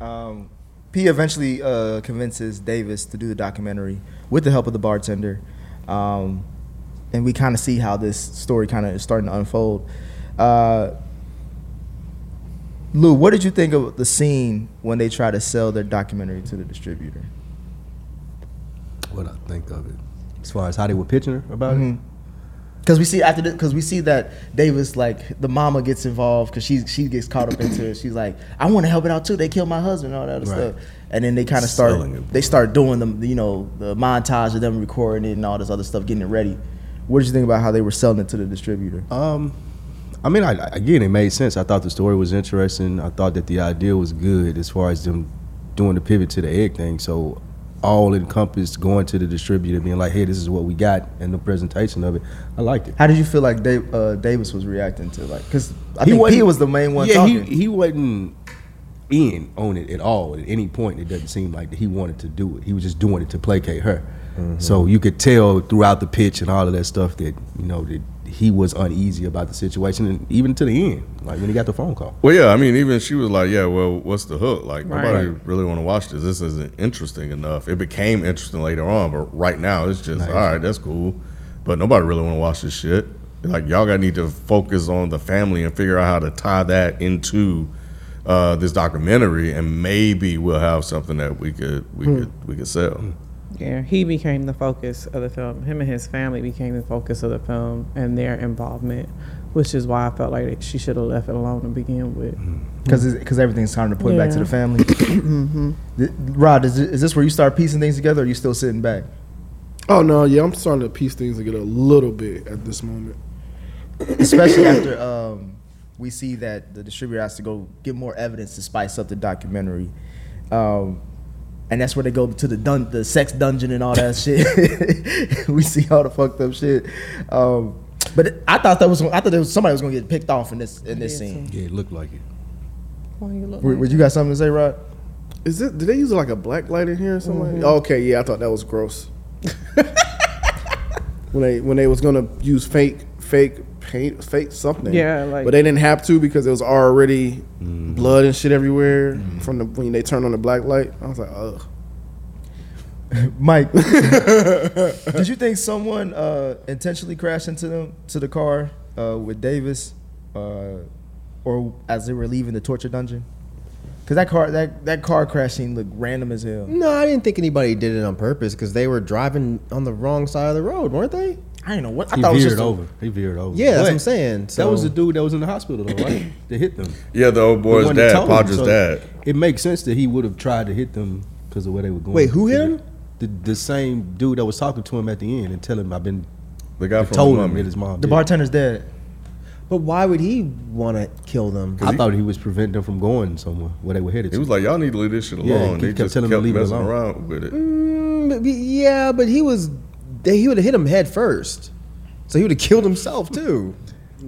[SPEAKER 2] Um, P eventually uh, convinces Davis to do the documentary with the help of the bartender, um, and we kind of see how this story kind of is starting to unfold. Uh, Lou, what did you think of the scene when they try to sell their documentary to the distributor?
[SPEAKER 6] What I think of it. As far as how they were pitching her about it.
[SPEAKER 2] Mm-hmm. Because we see after because we see that Davis like the mama gets involved because she she gets caught up into it. She's like, I want to help it out too. They killed my husband, and all that other
[SPEAKER 6] Right.
[SPEAKER 2] stuff. And then they kind of
[SPEAKER 6] Selling
[SPEAKER 2] start
[SPEAKER 6] it.
[SPEAKER 2] they start doing the you know the montage of them recording it and all this other stuff, getting it ready. What did you think about how they were selling it to the distributor?
[SPEAKER 6] Um, I mean, I, I- again, it made sense. I thought the story was interesting. I thought that the idea was good as far as them doing the pivot to the egg thing. So, all encompassed going to the distributor, being like, "Hey, this is what we got," and the presentation of it. I liked it.
[SPEAKER 2] How did you feel like Dave, uh, Davis was reacting to like because I think he was the main one
[SPEAKER 6] Yeah,
[SPEAKER 2] talking.
[SPEAKER 6] he he wasn't in on it at all at any point. It doesn't seem like that he wanted to do it. He was just doing it to placate her.
[SPEAKER 2] Mm-hmm.
[SPEAKER 6] So you could tell throughout the pitch and all of that stuff that you know that he was uneasy about the situation, and even to the end, like when he got the phone call.
[SPEAKER 1] Well, yeah, I mean, even she was like, "Yeah, well, what's the hook? Like,
[SPEAKER 3] Right.
[SPEAKER 1] nobody really want to watch this. This isn't interesting enough. It became interesting later on, but right now it's just all right. That's cool, but nobody really want to watch this shit. Like, y'all got need to focus on the family and figure out how to tie that into uh, this documentary, and maybe we'll have something that we could
[SPEAKER 6] Hmm.
[SPEAKER 1] we could we could sell.
[SPEAKER 3] Yeah, he became the focus of the film. Him and his family became the focus of the film and their involvement, which is why I felt like she should have left it alone to begin with.
[SPEAKER 2] because because everything's kind of put back to
[SPEAKER 3] Yeah.
[SPEAKER 2] the family. Th- Rod, is, thi- is this where you start piecing things together? or Are you still sitting back?
[SPEAKER 4] Oh no, yeah, I'm starting to piece things together a little bit at this moment.
[SPEAKER 2] especially after um, we see that the distributor has to go get more evidence to spice up the documentary, um, and that's where they go to the dun- the sex dungeon and all that shit. <laughs> we see all the fucked up shit. Um, but I thought that was I thought there was somebody was gonna get picked off in this in this scene.
[SPEAKER 6] Yeah, it looked like it.
[SPEAKER 3] Why you look
[SPEAKER 2] Wait,
[SPEAKER 3] like
[SPEAKER 2] wait, you got something to say, Rod?
[SPEAKER 4] Is it? Did they use like a black light in here or something? like that? Okay, yeah, I thought that was gross. <laughs> when they when they was gonna use fake fake paint fake something.
[SPEAKER 3] Yeah, like-
[SPEAKER 4] But they didn't have to because it was already
[SPEAKER 6] Mm-hmm.
[SPEAKER 4] blood and shit everywhere from the when they turned on the black light. I was like, ugh.
[SPEAKER 2] Mike, did you think someone uh, intentionally crashed into them to the car uh, with Davis, uh, or as they were leaving the torture dungeon? Because that car that that car crashing looked random as hell.
[SPEAKER 5] No, I didn't think anybody did it on purpose because they were driving on the wrong side of the road, weren't they?
[SPEAKER 2] I didn't know what I
[SPEAKER 6] He
[SPEAKER 2] thought it was
[SPEAKER 6] veered
[SPEAKER 2] just a-
[SPEAKER 6] over. He veered over.
[SPEAKER 5] Yeah, that's what I'm
[SPEAKER 6] But
[SPEAKER 5] saying.
[SPEAKER 6] That was
[SPEAKER 5] So-
[SPEAKER 6] the dude that was in the hospital, though,
[SPEAKER 2] <clears throat>
[SPEAKER 6] right? that hit them.
[SPEAKER 1] Yeah, the old
[SPEAKER 6] The
[SPEAKER 1] boy's
[SPEAKER 6] one that
[SPEAKER 1] dad,
[SPEAKER 6] told him.
[SPEAKER 1] Podger's
[SPEAKER 6] So
[SPEAKER 1] dad.
[SPEAKER 6] It makes sense that he would have tried to hit them because of where they were going.
[SPEAKER 5] Wait, who hit him?
[SPEAKER 6] The, the same dude that was talking to him at the end and tell him I've been
[SPEAKER 1] The guy from
[SPEAKER 6] told
[SPEAKER 1] the
[SPEAKER 6] him
[SPEAKER 1] mummy.
[SPEAKER 6] that his mom.
[SPEAKER 2] The
[SPEAKER 6] did it."
[SPEAKER 2] bartender's dead.
[SPEAKER 5] But why would he want to kill them?
[SPEAKER 6] I thought he was preventing them from going somewhere where they were headed.
[SPEAKER 1] He
[SPEAKER 6] to.
[SPEAKER 1] was like, y'all need to leave this shit alone.
[SPEAKER 6] Yeah, he
[SPEAKER 1] they
[SPEAKER 6] kept
[SPEAKER 1] just
[SPEAKER 6] telling him to
[SPEAKER 1] kept
[SPEAKER 6] leave it
[SPEAKER 1] messing
[SPEAKER 6] alone.
[SPEAKER 1] around with it.
[SPEAKER 5] Mm, but- but- yeah, but he was. They, he would have hit him head first, so he would have killed himself too.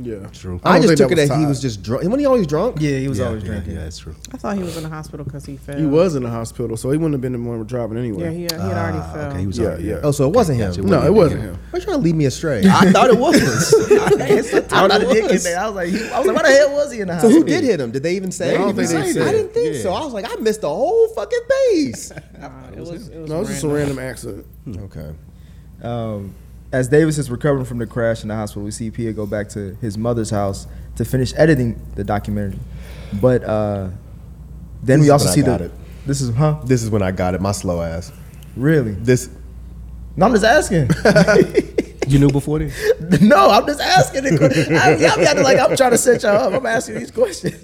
[SPEAKER 4] Yeah.
[SPEAKER 6] true.
[SPEAKER 5] I,
[SPEAKER 4] don't
[SPEAKER 5] just
[SPEAKER 4] think
[SPEAKER 5] took
[SPEAKER 4] that
[SPEAKER 5] it
[SPEAKER 4] was
[SPEAKER 5] as he
[SPEAKER 4] tied.
[SPEAKER 5] was just drunk. Wasn't he always drunk?
[SPEAKER 2] Yeah, he was
[SPEAKER 6] yeah,
[SPEAKER 2] always
[SPEAKER 6] yeah,
[SPEAKER 2] drinking.
[SPEAKER 6] yeah, that's true.
[SPEAKER 3] I thought he was in the hospital because he fell.
[SPEAKER 4] He was in the hospital, so he wouldn't have been the one driving anyway.
[SPEAKER 3] Yeah, he, he had already
[SPEAKER 6] Ah,
[SPEAKER 3] fell.
[SPEAKER 6] okay, he was
[SPEAKER 4] Yeah,
[SPEAKER 6] already-
[SPEAKER 4] yeah.
[SPEAKER 5] Oh, so it wasn't him.
[SPEAKER 4] no, it wasn't him.
[SPEAKER 5] Why you trying to lead me astray?
[SPEAKER 6] I thought it was. I
[SPEAKER 2] I,
[SPEAKER 6] thought it
[SPEAKER 2] did get
[SPEAKER 6] was.
[SPEAKER 2] that. I was like, he- I was like, why the hell was he in the
[SPEAKER 5] so
[SPEAKER 2] hospital?
[SPEAKER 5] who did hit him? Did they even say?
[SPEAKER 4] They didn't even say
[SPEAKER 5] I
[SPEAKER 4] it.
[SPEAKER 5] didn't think so. I was like, I missed the whole fucking piece.
[SPEAKER 3] Nah, it was, it was
[SPEAKER 4] No, it was just a random accident.
[SPEAKER 5] okay.
[SPEAKER 2] Um, as Davis is recovering from the crash in the hospital, we see Pia go back to his mother's house to finish editing the documentary. But uh, then
[SPEAKER 5] This
[SPEAKER 2] we
[SPEAKER 5] is
[SPEAKER 2] also
[SPEAKER 5] when I
[SPEAKER 2] see
[SPEAKER 5] got
[SPEAKER 2] the
[SPEAKER 5] it.
[SPEAKER 2] this is huh
[SPEAKER 5] This is when I got it. My slow ass.
[SPEAKER 2] really.
[SPEAKER 5] This.
[SPEAKER 2] No, I'm just
[SPEAKER 5] <laughs>
[SPEAKER 2] asking.
[SPEAKER 6] You knew before then.
[SPEAKER 2] no, I'm just asking. The, que- I, y'all be acting like I'm trying to set y'all up. I'm asking these questions.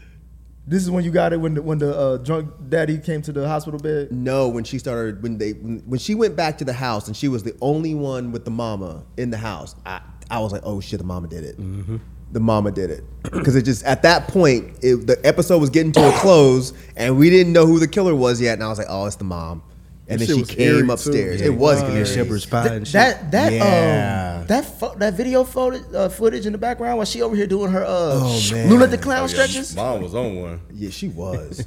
[SPEAKER 2] <laughs> this is when you got it when the, when the uh, drunk daddy came to the hospital bed.
[SPEAKER 5] No, when she started, when they, when, when she went back to the house and she was the only one with the mama in the house, I, I was like, oh shit, the mama did it. The mama did it. Because it just, at that point, it, the episode was getting to a close and we didn't know who the killer was yet. And I was like, oh, it's the mom. And
[SPEAKER 4] That
[SPEAKER 5] then she
[SPEAKER 4] shit was eerie,
[SPEAKER 5] came
[SPEAKER 4] too.
[SPEAKER 5] upstairs.
[SPEAKER 6] Yeah,
[SPEAKER 5] it was
[SPEAKER 6] yeah,
[SPEAKER 5] eerie.
[SPEAKER 6] Shepherd's pie and shit.
[SPEAKER 2] That that
[SPEAKER 5] Yeah.
[SPEAKER 2] um that fo- that video footage, uh, footage in the background while she over here doing her uh
[SPEAKER 5] Oh, man.
[SPEAKER 2] Lula the clown
[SPEAKER 1] Oh, yeah,
[SPEAKER 2] stretches.
[SPEAKER 1] Mom was on one.
[SPEAKER 5] Yeah, she was.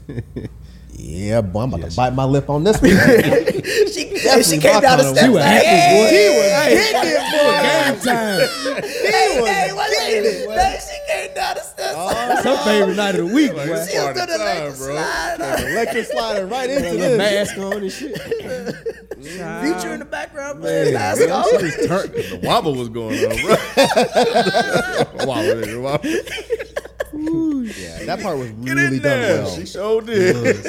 [SPEAKER 5] yeah, boy, I'm about to bite my lip on this one. she,
[SPEAKER 2] And she came down the steps.
[SPEAKER 5] She was
[SPEAKER 2] like,
[SPEAKER 5] happy,
[SPEAKER 2] hey,
[SPEAKER 5] boy. She was
[SPEAKER 2] hey,
[SPEAKER 5] hitting it, boy. Game time.
[SPEAKER 2] Hey, hey, what's
[SPEAKER 5] getting
[SPEAKER 2] it?
[SPEAKER 5] it, boy.
[SPEAKER 2] Hey, She came down the steps.
[SPEAKER 6] That's her favorite night of the week. boy.
[SPEAKER 2] she was doing the electric slide.
[SPEAKER 5] Electric sliding right into
[SPEAKER 6] With a
[SPEAKER 5] this.
[SPEAKER 6] mask on and shit.
[SPEAKER 2] Future in the background playing basketball.
[SPEAKER 1] the wobble was going on, bro. wobble, nigga, wobble.
[SPEAKER 5] Yeah, that part was
[SPEAKER 1] Get
[SPEAKER 5] really
[SPEAKER 1] in
[SPEAKER 5] done
[SPEAKER 1] there.
[SPEAKER 5] well.
[SPEAKER 1] She showed did.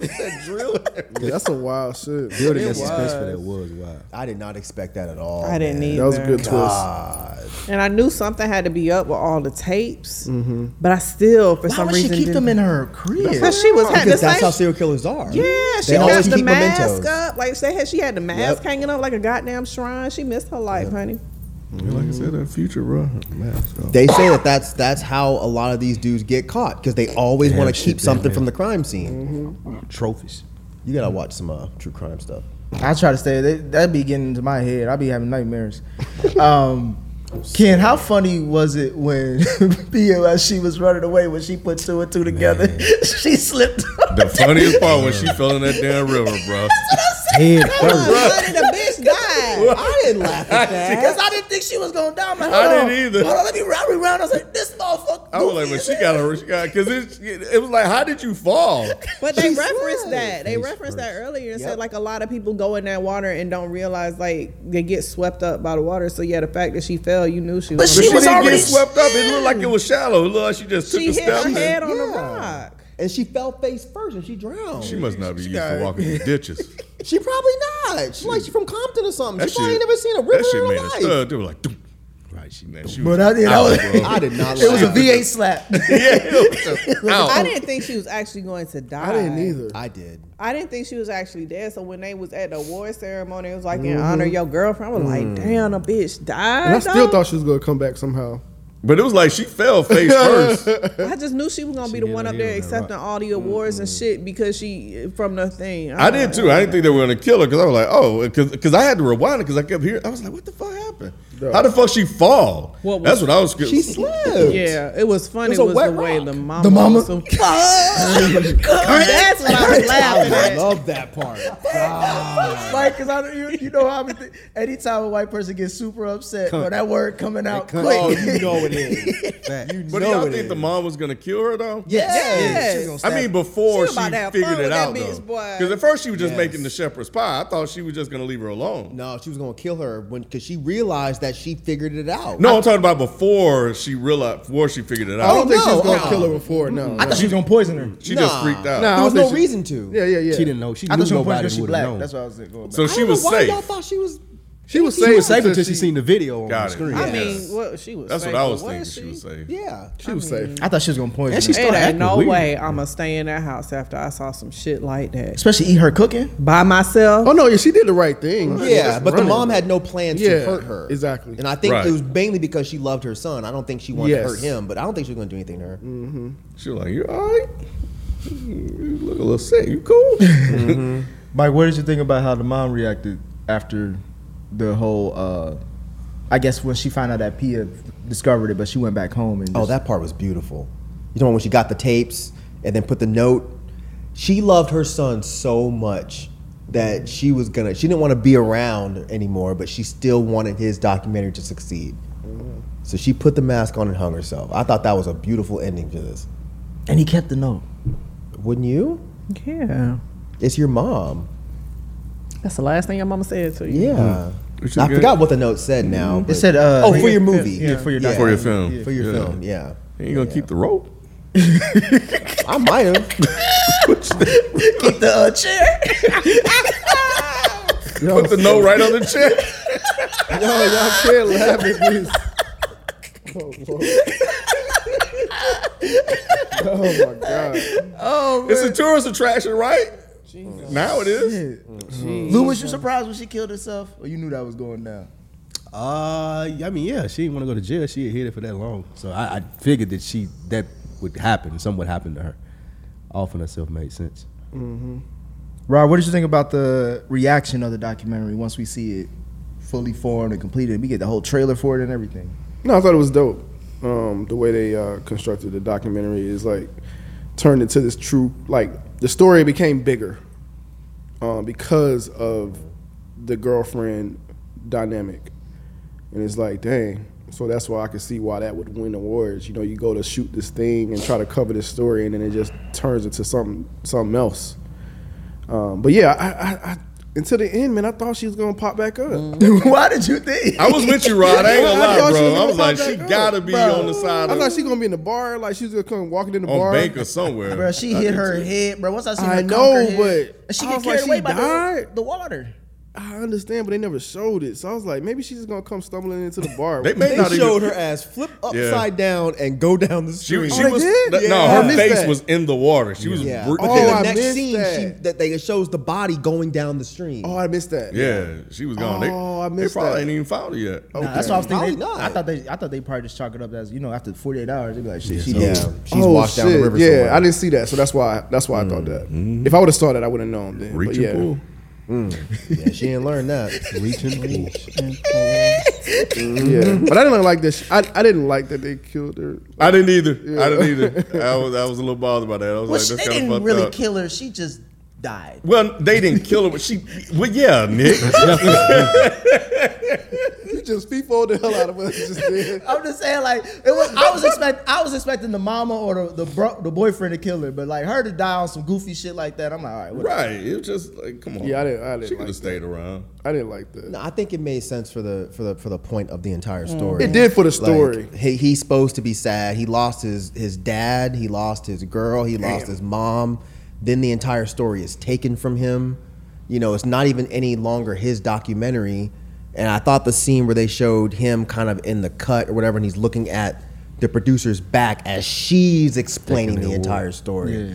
[SPEAKER 4] Yeah, that's a wild shit.
[SPEAKER 6] Building
[SPEAKER 4] That
[SPEAKER 6] that suspense for that was wild.
[SPEAKER 5] I did not expect that at all.
[SPEAKER 3] I didn't need
[SPEAKER 4] was a good
[SPEAKER 3] And I knew something had to be up with all the tapes, but I still, for some reason, didn't-
[SPEAKER 5] her crib?
[SPEAKER 3] Because she was had the
[SPEAKER 5] Oh, Because that's how
[SPEAKER 3] same.
[SPEAKER 5] serial killers are.
[SPEAKER 3] Yeah, she
[SPEAKER 5] They
[SPEAKER 3] got
[SPEAKER 5] always
[SPEAKER 3] the
[SPEAKER 5] keep
[SPEAKER 3] mask
[SPEAKER 5] mementos.
[SPEAKER 3] up. Like she had, she had the mask
[SPEAKER 5] Yep.
[SPEAKER 3] hanging up like a goddamn shrine. She missed her life, honey.
[SPEAKER 1] Like I said, that future, bro.
[SPEAKER 5] They say that that's that's how a lot of these dudes get caught because they always want to keep something from the crime scene.
[SPEAKER 6] Trophies.
[SPEAKER 5] You gotta watch some uh, true crime stuff.
[SPEAKER 2] I try to stay. That that'd be getting into my head. I'd be having nightmares. Um, Ken, how funny was it when <laughs> Pia, as she was running away, when she put two and two together, <laughs> she slipped.
[SPEAKER 1] The funniest part when she fell in that damn river, bro.
[SPEAKER 6] Head
[SPEAKER 3] Honey, the bitch died.
[SPEAKER 5] I didn't laugh at
[SPEAKER 1] <laughs>
[SPEAKER 2] Because I didn't think she was gonna die. I'm like,
[SPEAKER 1] I
[SPEAKER 2] hold on,
[SPEAKER 1] didn't either.
[SPEAKER 2] Hold on, let me round me round. I was like, this motherfucker.
[SPEAKER 1] I was like, when she got her, she got because it, it was like, how did you fall?
[SPEAKER 3] But they referenced that. They referenced that earlier and
[SPEAKER 5] Yep.
[SPEAKER 3] said like a lot of people go in that water and don't realize like they get swept up by the water. So yeah, the fact that she fell, you knew she
[SPEAKER 2] But
[SPEAKER 3] was.
[SPEAKER 1] But
[SPEAKER 2] She
[SPEAKER 1] she,
[SPEAKER 2] was
[SPEAKER 1] didn't
[SPEAKER 2] already-
[SPEAKER 1] get swept up. It looked like it was shallow. It looked like she just took
[SPEAKER 3] she
[SPEAKER 1] a
[SPEAKER 3] hit her
[SPEAKER 1] step. and-
[SPEAKER 3] head on the
[SPEAKER 5] Yeah.
[SPEAKER 3] rock.
[SPEAKER 5] And she fell face first and she drowned.
[SPEAKER 1] She
[SPEAKER 5] She,
[SPEAKER 1] must not be used to walking
[SPEAKER 5] <laughs>
[SPEAKER 1] in ditches.
[SPEAKER 5] probably not. She like she from Compton or something.
[SPEAKER 1] That
[SPEAKER 5] she probably
[SPEAKER 1] shit-
[SPEAKER 5] ain't never seen a river
[SPEAKER 1] That shit
[SPEAKER 5] in
[SPEAKER 1] made
[SPEAKER 5] her
[SPEAKER 1] us
[SPEAKER 5] life.
[SPEAKER 1] thug. They were like, Doom. right, she, man, she
[SPEAKER 2] But I did- I was-
[SPEAKER 1] bro.
[SPEAKER 5] I did not.
[SPEAKER 2] It was a
[SPEAKER 5] laugh.
[SPEAKER 2] V8 slap.
[SPEAKER 1] yeah,
[SPEAKER 2] Oh.
[SPEAKER 3] I
[SPEAKER 1] out.
[SPEAKER 3] didn't think she was actually going to die.
[SPEAKER 4] I didn't either.
[SPEAKER 5] I did.
[SPEAKER 3] I didn't think she was actually dead. So when they was at the award ceremony, it was like in honor of your girlfriend. I was like, damn, the bitch died.
[SPEAKER 4] And I still
[SPEAKER 3] though?
[SPEAKER 4] thought she was gonna come back somehow.
[SPEAKER 1] But it was like she fell face first.
[SPEAKER 3] I just knew she was gonna be the
[SPEAKER 6] hit
[SPEAKER 3] one
[SPEAKER 6] her
[SPEAKER 3] up
[SPEAKER 6] head
[SPEAKER 3] there
[SPEAKER 6] with that
[SPEAKER 3] accepting all the awards and shit because she from the thing.
[SPEAKER 1] I did too. I didn't think they were gonna kill her because I was like, oh, because I had to rewind it because I kept hearing. I was like, what the fuck happened? How the fuck she fall?
[SPEAKER 3] What was-
[SPEAKER 1] That's what I was. She
[SPEAKER 5] <laughs> slipped.
[SPEAKER 3] Yeah, it was funny.
[SPEAKER 5] It was
[SPEAKER 3] It
[SPEAKER 5] a
[SPEAKER 3] was,
[SPEAKER 5] wet
[SPEAKER 3] the way
[SPEAKER 5] rock.
[SPEAKER 3] the mama.
[SPEAKER 5] The mama-
[SPEAKER 3] was so- That's what I was laughing
[SPEAKER 5] I
[SPEAKER 3] at.
[SPEAKER 5] love that part.
[SPEAKER 3] <laughs>
[SPEAKER 2] Like, cause I don't, you, you know how I be thi- anytime a white person gets super upset, but that word coming out quick.
[SPEAKER 5] Oh, you know it is. You
[SPEAKER 1] But do
[SPEAKER 5] know
[SPEAKER 1] y'all
[SPEAKER 5] it
[SPEAKER 1] think
[SPEAKER 5] is.
[SPEAKER 1] the mom was gonna kill her though?
[SPEAKER 3] <laughs> Yes.
[SPEAKER 2] She was gonna
[SPEAKER 1] I
[SPEAKER 2] stab
[SPEAKER 1] mean,
[SPEAKER 2] you.
[SPEAKER 1] before
[SPEAKER 3] She
[SPEAKER 1] she,
[SPEAKER 3] about to have
[SPEAKER 1] figured
[SPEAKER 3] fun
[SPEAKER 1] it
[SPEAKER 3] with
[SPEAKER 1] out
[SPEAKER 3] that bitch,
[SPEAKER 1] though,
[SPEAKER 3] boy.
[SPEAKER 1] because at first she was just
[SPEAKER 5] Yes.
[SPEAKER 1] making the shepherd's pie. I thought she was just gonna leave her alone.
[SPEAKER 5] No, she was gonna kill her when because she realized that she figured it out.
[SPEAKER 1] No, I'm talking about before she realized, before she figured it
[SPEAKER 4] I
[SPEAKER 1] out.
[SPEAKER 4] don't think she was
[SPEAKER 5] no,
[SPEAKER 4] gonna
[SPEAKER 5] uh-uh.
[SPEAKER 4] kill her before. No,
[SPEAKER 2] I thought she was gonna poison her.
[SPEAKER 1] She just
[SPEAKER 5] Nah.
[SPEAKER 1] freaked out.
[SPEAKER 4] Oh, Nah. I
[SPEAKER 5] there
[SPEAKER 4] don't
[SPEAKER 5] was
[SPEAKER 4] think
[SPEAKER 5] no
[SPEAKER 4] she-
[SPEAKER 5] reason to.
[SPEAKER 4] yeah, yeah, yeah.
[SPEAKER 6] She didn't know. She
[SPEAKER 2] I
[SPEAKER 6] knew
[SPEAKER 2] thought she was poison
[SPEAKER 6] nobody
[SPEAKER 2] because she
[SPEAKER 6] would
[SPEAKER 2] black.
[SPEAKER 6] have known.
[SPEAKER 2] That's what I was going.
[SPEAKER 1] So
[SPEAKER 2] So
[SPEAKER 5] I
[SPEAKER 1] she
[SPEAKER 5] don't
[SPEAKER 1] was
[SPEAKER 5] know why y'all
[SPEAKER 1] safe.
[SPEAKER 5] thought she was.
[SPEAKER 4] She was
[SPEAKER 6] She
[SPEAKER 4] safe
[SPEAKER 6] was safe
[SPEAKER 4] until
[SPEAKER 6] until she seen the video on
[SPEAKER 1] Got it.
[SPEAKER 6] the screen.
[SPEAKER 1] Yeah.
[SPEAKER 3] I mean, well, she was.
[SPEAKER 1] That's
[SPEAKER 3] safe,
[SPEAKER 1] what I
[SPEAKER 3] but
[SPEAKER 1] was thinking. She was safe.
[SPEAKER 5] Yeah,
[SPEAKER 4] She was safe.
[SPEAKER 2] I thought she was gonna poison.
[SPEAKER 5] And she
[SPEAKER 2] her.
[SPEAKER 5] started
[SPEAKER 3] It ain't
[SPEAKER 5] acting
[SPEAKER 3] no
[SPEAKER 6] weird.
[SPEAKER 3] way I'm gonna stay in that house after I saw some shit like that
[SPEAKER 2] especially eat her cooking.
[SPEAKER 3] by myself.
[SPEAKER 4] Oh no, yeah, she did the right thing.
[SPEAKER 5] yeah, but the
[SPEAKER 4] running.
[SPEAKER 5] mom had no plans
[SPEAKER 4] Yeah,
[SPEAKER 5] to hurt her.
[SPEAKER 4] exactly.
[SPEAKER 5] And I think
[SPEAKER 1] Right.
[SPEAKER 5] it was mainly because she loved her son. I don't think she wanted
[SPEAKER 4] Yes.
[SPEAKER 5] to hurt him, but I don't think she was gonna do anything to her.
[SPEAKER 1] She was like, "You all right? <laughs> You look a little sick. You cool?"
[SPEAKER 2] Mike, what did you think about how the mom reacted after the whole? uh I guess when she found out that Pia discovered it, but she went back home and
[SPEAKER 5] Oh, that part was beautiful. You know when she got the tapes and then put the note. She loved her son so much that she was gonna. She didn't want to be around anymore, but she still wanted his documentary to succeed.
[SPEAKER 2] Mm.
[SPEAKER 5] So she put the mask on and hung herself. I thought that was a beautiful ending to this.
[SPEAKER 2] and he kept the note.
[SPEAKER 5] Wouldn't you?
[SPEAKER 3] Yeah,
[SPEAKER 5] It's your mom.
[SPEAKER 3] that's the last thing your mama said to you.
[SPEAKER 5] Yeah.
[SPEAKER 1] Which
[SPEAKER 5] Mm. I
[SPEAKER 1] is good.
[SPEAKER 5] forgot what the note said now. but-
[SPEAKER 2] It said, uh,
[SPEAKER 5] "Oh, for your movie,
[SPEAKER 2] yeah, for your
[SPEAKER 5] Yeah.
[SPEAKER 1] For your film.
[SPEAKER 5] for your
[SPEAKER 1] Yeah.
[SPEAKER 5] film." Yeah,
[SPEAKER 1] You ain't gonna keep the rope.
[SPEAKER 5] I might have.
[SPEAKER 2] keep the uh, chair.
[SPEAKER 1] Put the note right on
[SPEAKER 4] <laughs>
[SPEAKER 1] the chair.
[SPEAKER 4] Yo, y'all can't laugh at this. Oh, Lord. oh my
[SPEAKER 2] <laughs>
[SPEAKER 4] god.
[SPEAKER 2] Oh,
[SPEAKER 1] It's a tourist attraction, right? Now it is.
[SPEAKER 2] Lou, was you surprised when she killed herself? Or you knew that was going down?
[SPEAKER 6] Uh, I mean, yeah, she didn't want to go to jail. She had hid it for that long, so I, I figured that she that would happen. Something would happen to her. Offing herself made sense.
[SPEAKER 2] Rob, what did you think about the reaction of the documentary once we see it fully formed and completed? We get the whole trailer for it and everything.
[SPEAKER 4] No, I thought it was dope. Um, the way they uh, constructed the documentary is like turned into this true like the story became bigger um, because of the girlfriend dynamic, and it's like dang. So that's why I could see why that would win awards. You know, you go to shoot this thing and try to cover this story, and then it just turns into something something else. Um, but yeah, I, I, I until the end, man, I thought she was gonna pop back up.
[SPEAKER 2] Why did you think?
[SPEAKER 1] I was with you, Rod. I ain't gonna
[SPEAKER 4] I
[SPEAKER 1] lie,
[SPEAKER 4] thought she
[SPEAKER 1] bro.
[SPEAKER 4] gonna
[SPEAKER 1] I was
[SPEAKER 4] pop
[SPEAKER 1] like,
[SPEAKER 4] back
[SPEAKER 1] she
[SPEAKER 4] up.
[SPEAKER 1] gotta be
[SPEAKER 4] Bro,
[SPEAKER 1] on the side
[SPEAKER 4] I
[SPEAKER 1] of
[SPEAKER 4] thought she gonna be in the bar, like she's gonna come walking in the bar.
[SPEAKER 1] on bank or somewhere.
[SPEAKER 2] Bro, she hit her head, bro. Once I seen
[SPEAKER 4] I
[SPEAKER 2] her
[SPEAKER 4] know,
[SPEAKER 2] conk her head,
[SPEAKER 4] but
[SPEAKER 2] and she
[SPEAKER 4] I
[SPEAKER 2] got
[SPEAKER 4] was like,
[SPEAKER 2] carried
[SPEAKER 4] she
[SPEAKER 2] away by the,
[SPEAKER 4] died?
[SPEAKER 2] the water.
[SPEAKER 4] I understand, but they never showed it. So I was like, maybe she's just gonna come stumbling into the bar. <laughs>
[SPEAKER 1] They may
[SPEAKER 5] They
[SPEAKER 1] not
[SPEAKER 5] showed
[SPEAKER 1] even.
[SPEAKER 5] her ass flip upside down and go down the
[SPEAKER 1] She,
[SPEAKER 5] street.
[SPEAKER 1] she
[SPEAKER 4] Oh, they
[SPEAKER 1] was
[SPEAKER 4] did?
[SPEAKER 1] th-
[SPEAKER 4] Yeah.
[SPEAKER 1] no,
[SPEAKER 4] I
[SPEAKER 1] her
[SPEAKER 4] missed
[SPEAKER 1] face
[SPEAKER 4] that.
[SPEAKER 1] was in the water. She was
[SPEAKER 5] yeah,
[SPEAKER 1] br-
[SPEAKER 5] but then
[SPEAKER 4] Oh,
[SPEAKER 5] the
[SPEAKER 4] I
[SPEAKER 5] next
[SPEAKER 4] missed
[SPEAKER 5] scene She,
[SPEAKER 4] that.
[SPEAKER 5] that they it shows the body going down the stream.
[SPEAKER 4] oh, I missed that.
[SPEAKER 1] yeah, she was gone. They-
[SPEAKER 4] Oh, I
[SPEAKER 1] they,
[SPEAKER 4] missed
[SPEAKER 1] probably
[SPEAKER 4] that.
[SPEAKER 1] ain't even found her yet.
[SPEAKER 2] Nah, that's what I was thinking.
[SPEAKER 5] Probably
[SPEAKER 2] I
[SPEAKER 5] not.
[SPEAKER 2] thought they, I thought they probably just chalk it up as you know, after 48 hours, they be like, shit, she
[SPEAKER 5] yeah,
[SPEAKER 2] did.
[SPEAKER 5] she's
[SPEAKER 4] oh,
[SPEAKER 5] washed down the
[SPEAKER 4] shit.
[SPEAKER 5] river.
[SPEAKER 4] Yeah,
[SPEAKER 5] somewhere.
[SPEAKER 4] I didn't see that, so that's why. That's why I thought that. If I would have saw that, I would have known. Then.
[SPEAKER 1] Reach
[SPEAKER 4] but
[SPEAKER 1] and
[SPEAKER 4] yeah.
[SPEAKER 1] pull.
[SPEAKER 5] Yeah, she didn't learn that.
[SPEAKER 4] <laughs>
[SPEAKER 5] Reaching.
[SPEAKER 4] Yeah, but I didn't like that. sh- I, I didn't like that they killed her.
[SPEAKER 1] I didn't either. I didn't
[SPEAKER 4] <laughs>
[SPEAKER 1] either. I was, I was a little bothered by that. I was
[SPEAKER 2] Well,
[SPEAKER 1] like,
[SPEAKER 2] she,
[SPEAKER 1] that's
[SPEAKER 2] they
[SPEAKER 1] kind of
[SPEAKER 2] didn't
[SPEAKER 1] fucked
[SPEAKER 2] really
[SPEAKER 1] up.
[SPEAKER 2] kill her. She just died.
[SPEAKER 1] well, they didn't kill her, but she. Well, yeah,
[SPEAKER 4] <laughs>
[SPEAKER 1] Nick.
[SPEAKER 4] You just people the hell out of us. Just did.
[SPEAKER 2] I'm just saying, like it was. I was expect. I was expecting the mama or the the, bro, the boyfriend to kill her, but like her to die on some goofy shit like that. I'm like, all right, whatever.
[SPEAKER 1] right. It was just like, come on.
[SPEAKER 4] Yeah, I didn't- I didn't
[SPEAKER 1] She could
[SPEAKER 4] like
[SPEAKER 1] have stayed around.
[SPEAKER 4] <laughs> I didn't like that.
[SPEAKER 5] No, I think it made sense for the for the for the point of the entire story.
[SPEAKER 4] It did for the story.
[SPEAKER 5] Like, he, he's supposed to be sad. He lost his his dad. He lost his girl. He lost his mom. Then the entire story is taken from him. You know, it's not even any longer his documentary. And I thought the scene where they showed him kind of in the cut or whatever, and he's looking at the producer's back as she's explaining the entire story.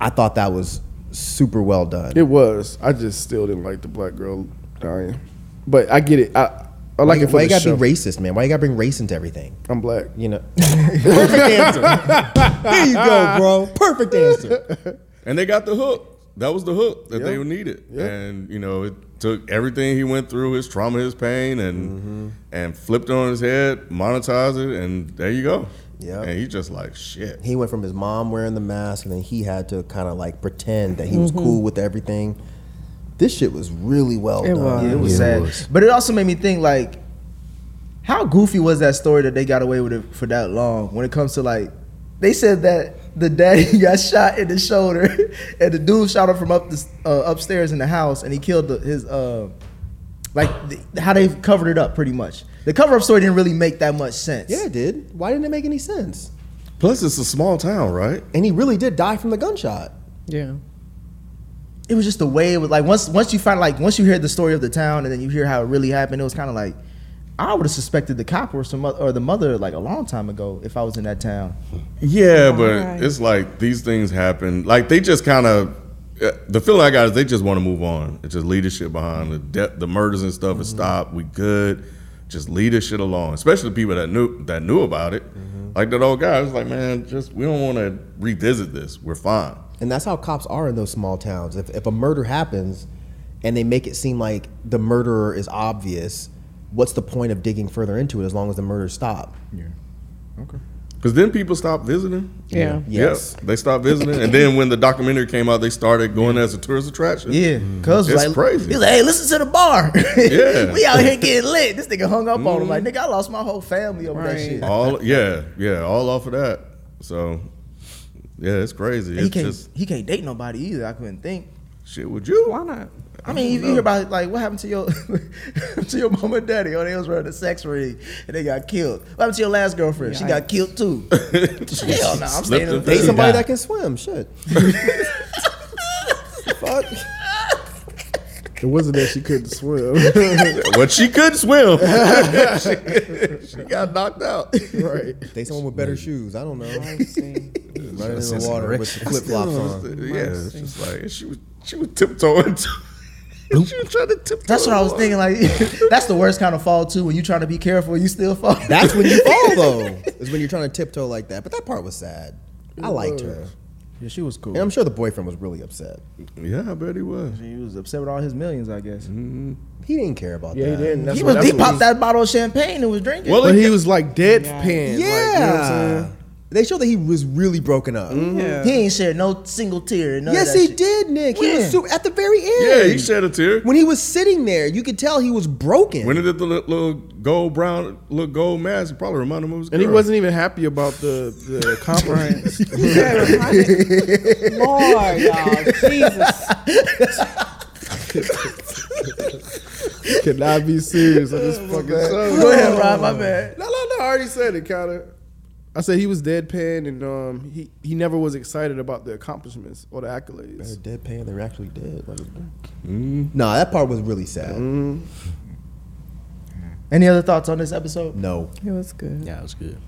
[SPEAKER 5] I thought that was super well done.
[SPEAKER 4] It was. I just still didn't like the black girl dying, but I get it. I I like it for
[SPEAKER 5] Why you
[SPEAKER 4] the
[SPEAKER 5] gotta
[SPEAKER 4] show.
[SPEAKER 5] be racist, man? Why you gotta bring race into everything?
[SPEAKER 4] I'm black.
[SPEAKER 5] You know. Perfect answer. There you go, bro. Perfect answer.
[SPEAKER 1] And they got the hook. That was the hook that
[SPEAKER 4] Yeah.
[SPEAKER 1] they needed,
[SPEAKER 4] Yeah.
[SPEAKER 1] and you know it took everything he went through, his trauma, his pain, and
[SPEAKER 4] Mm-hmm.
[SPEAKER 1] and flipped it on his head, monetized it, and there you go.
[SPEAKER 5] Yeah.
[SPEAKER 1] and he just like shit.
[SPEAKER 5] He went from his mom wearing the mask, and then he had to kind of like pretend that he was cool with everything. This shit was really well
[SPEAKER 2] It
[SPEAKER 5] done.
[SPEAKER 2] was. it was
[SPEAKER 6] Yeah, it
[SPEAKER 2] sad.
[SPEAKER 6] was.
[SPEAKER 2] But it also made me think like, how goofy was that story that they got away with it for that long? When it comes to like, they said that the daddy <laughs> got shot in the shoulder, <laughs> and the dude shot him from up the, uh, upstairs in the house, and he killed the, his uh, like the, how they covered it up pretty much. The cover up story didn't really make that much sense.
[SPEAKER 5] Yeah, it did. Why didn't it make any sense?
[SPEAKER 1] Plus, it's a small town, right?
[SPEAKER 5] And he really did die from the gunshot.
[SPEAKER 3] Yeah.
[SPEAKER 2] it was just the way it was like once once you find like once you hear the story of the town and then you hear how it really happened it was kind of like i would have suspected the cop or some oth- or the mother like a long time ago if i was in that town
[SPEAKER 1] Yeah, but
[SPEAKER 3] Alright.
[SPEAKER 1] it's like these things happen. Like they just kind of the feeling I got is they just want to move on. It's just leadership behind the de- the murders and stuff. Is
[SPEAKER 2] Mm-hmm.
[SPEAKER 1] stopped. We good. Just lead this shit along, especially the people that knew that knew about it.
[SPEAKER 2] Mm-hmm.
[SPEAKER 1] Like that old guy was like, man, just we don't want to revisit this. We're fine.
[SPEAKER 5] And that's how cops are in those small towns. If, if a murder happens and they make it seem like the murderer is obvious, what's the point of digging further into it as long as the murders stop?
[SPEAKER 1] Because then people stopped visiting.
[SPEAKER 3] Yeah.
[SPEAKER 5] Yes.
[SPEAKER 1] Yeah, they stopped visiting, and then when the documentary came out, they started going as a tourist attraction.
[SPEAKER 2] yeah cuz
[SPEAKER 1] Mm. It's
[SPEAKER 2] like
[SPEAKER 1] crazy.
[SPEAKER 2] he's like hey listen to the bar <laughs>
[SPEAKER 1] Yeah.
[SPEAKER 2] we out here getting lit this nigga hung up on him like nigga i lost my whole family over that
[SPEAKER 3] Right.
[SPEAKER 2] shit
[SPEAKER 1] All yeah, yeah, all off of that. So yeah, it's crazy.
[SPEAKER 2] he
[SPEAKER 1] It's
[SPEAKER 2] can't
[SPEAKER 1] just
[SPEAKER 2] he can't date nobody either i couldn't think
[SPEAKER 1] shit with you.
[SPEAKER 3] Why not?
[SPEAKER 2] I mean, you, you hear about like what happened to your <laughs> to your mom and daddy? Oh, they was running a sex ring and they got killed. What happened to your last girlfriend? She got
[SPEAKER 1] <laughs>
[SPEAKER 2] killed too. Hell no, I'm staying in
[SPEAKER 1] Slipped
[SPEAKER 2] the
[SPEAKER 1] He
[SPEAKER 5] Date somebody
[SPEAKER 2] somebody.
[SPEAKER 5] that can swim. Shit.
[SPEAKER 4] <laughs>
[SPEAKER 5] Fuck.
[SPEAKER 4] It wasn't that she couldn't swim.
[SPEAKER 1] <laughs> But she could
[SPEAKER 2] <laughs>
[SPEAKER 1] swim. she, she got knocked out.
[SPEAKER 4] right.
[SPEAKER 5] Date someone with better shoes. I don't
[SPEAKER 4] <laughs>
[SPEAKER 5] know. Running in the
[SPEAKER 6] Sense of
[SPEAKER 5] water with
[SPEAKER 6] direction.
[SPEAKER 5] flip flops on.
[SPEAKER 1] Yeah, it's just like she was she was tiptoeing. <laughs> To, she was trying to tiptoe.
[SPEAKER 2] That's what I was
[SPEAKER 1] along.
[SPEAKER 2] thinking. Like, <laughs> that's the worst kind of fall too. When you trying to be careful, you still fall.
[SPEAKER 5] That's when you fall though. Is when you're trying to tiptoe like that. But that part was sad. I liked her,
[SPEAKER 2] yeah, she was cool.
[SPEAKER 5] and I'm sure the boyfriend was really upset.
[SPEAKER 1] Yeah, I bet he was.
[SPEAKER 2] He was upset with all his millions, I guess.
[SPEAKER 5] He didn't care about
[SPEAKER 4] Yeah, he
[SPEAKER 5] that.
[SPEAKER 4] didn't.
[SPEAKER 2] <laughs>
[SPEAKER 4] That's
[SPEAKER 2] He
[SPEAKER 4] what-
[SPEAKER 2] was he
[SPEAKER 4] that's what
[SPEAKER 2] popped that bottle of champagne and was drinking.
[SPEAKER 1] Well,
[SPEAKER 4] But he was like deadpan. Like, you know
[SPEAKER 5] Yeah.
[SPEAKER 4] what I'm saying? Mm-hmm.
[SPEAKER 5] They showed that he was really broken up.
[SPEAKER 3] Yeah.
[SPEAKER 2] he ain't shed no single tear. None
[SPEAKER 5] Yes,
[SPEAKER 2] of that
[SPEAKER 5] he
[SPEAKER 2] shit.
[SPEAKER 5] did, Nick. He
[SPEAKER 2] When?
[SPEAKER 5] was super, at the very
[SPEAKER 1] yeah,
[SPEAKER 5] end.
[SPEAKER 1] he shed a tear.
[SPEAKER 5] when he was sitting there, you could tell he was broken.
[SPEAKER 1] When he did the li- little gold brown, little gold mask, it probably reminded him of his
[SPEAKER 4] And he
[SPEAKER 1] girl.
[SPEAKER 4] wasn't even happy about the <laughs> the compromise.
[SPEAKER 3] <laughs> Yeah, right. Lord, y'all. <laughs> Jesus.
[SPEAKER 4] Can I be serious on <laughs> this fucking show?
[SPEAKER 2] Go ahead, Rob. My bad.
[SPEAKER 4] No, no, no. I already said it, kind of. I said he was deadpan, and um, he he never was excited about the accomplishments or the accolades.
[SPEAKER 5] they're deadpan, they're actually dead. Like, Nah, that part was really sad.
[SPEAKER 2] Any other thoughts on this episode?
[SPEAKER 5] No.
[SPEAKER 3] It was good.
[SPEAKER 6] Yeah, it was good.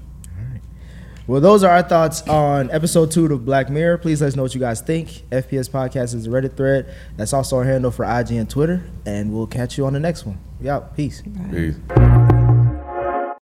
[SPEAKER 2] Well, those are our thoughts on episode two of Black Mirror. Please let us know what you guys think. FPS Podcast is a Reddit thread. That's also our handle for IG and Twitter. And we'll catch you on the next one. We out. Peace.
[SPEAKER 1] Peace.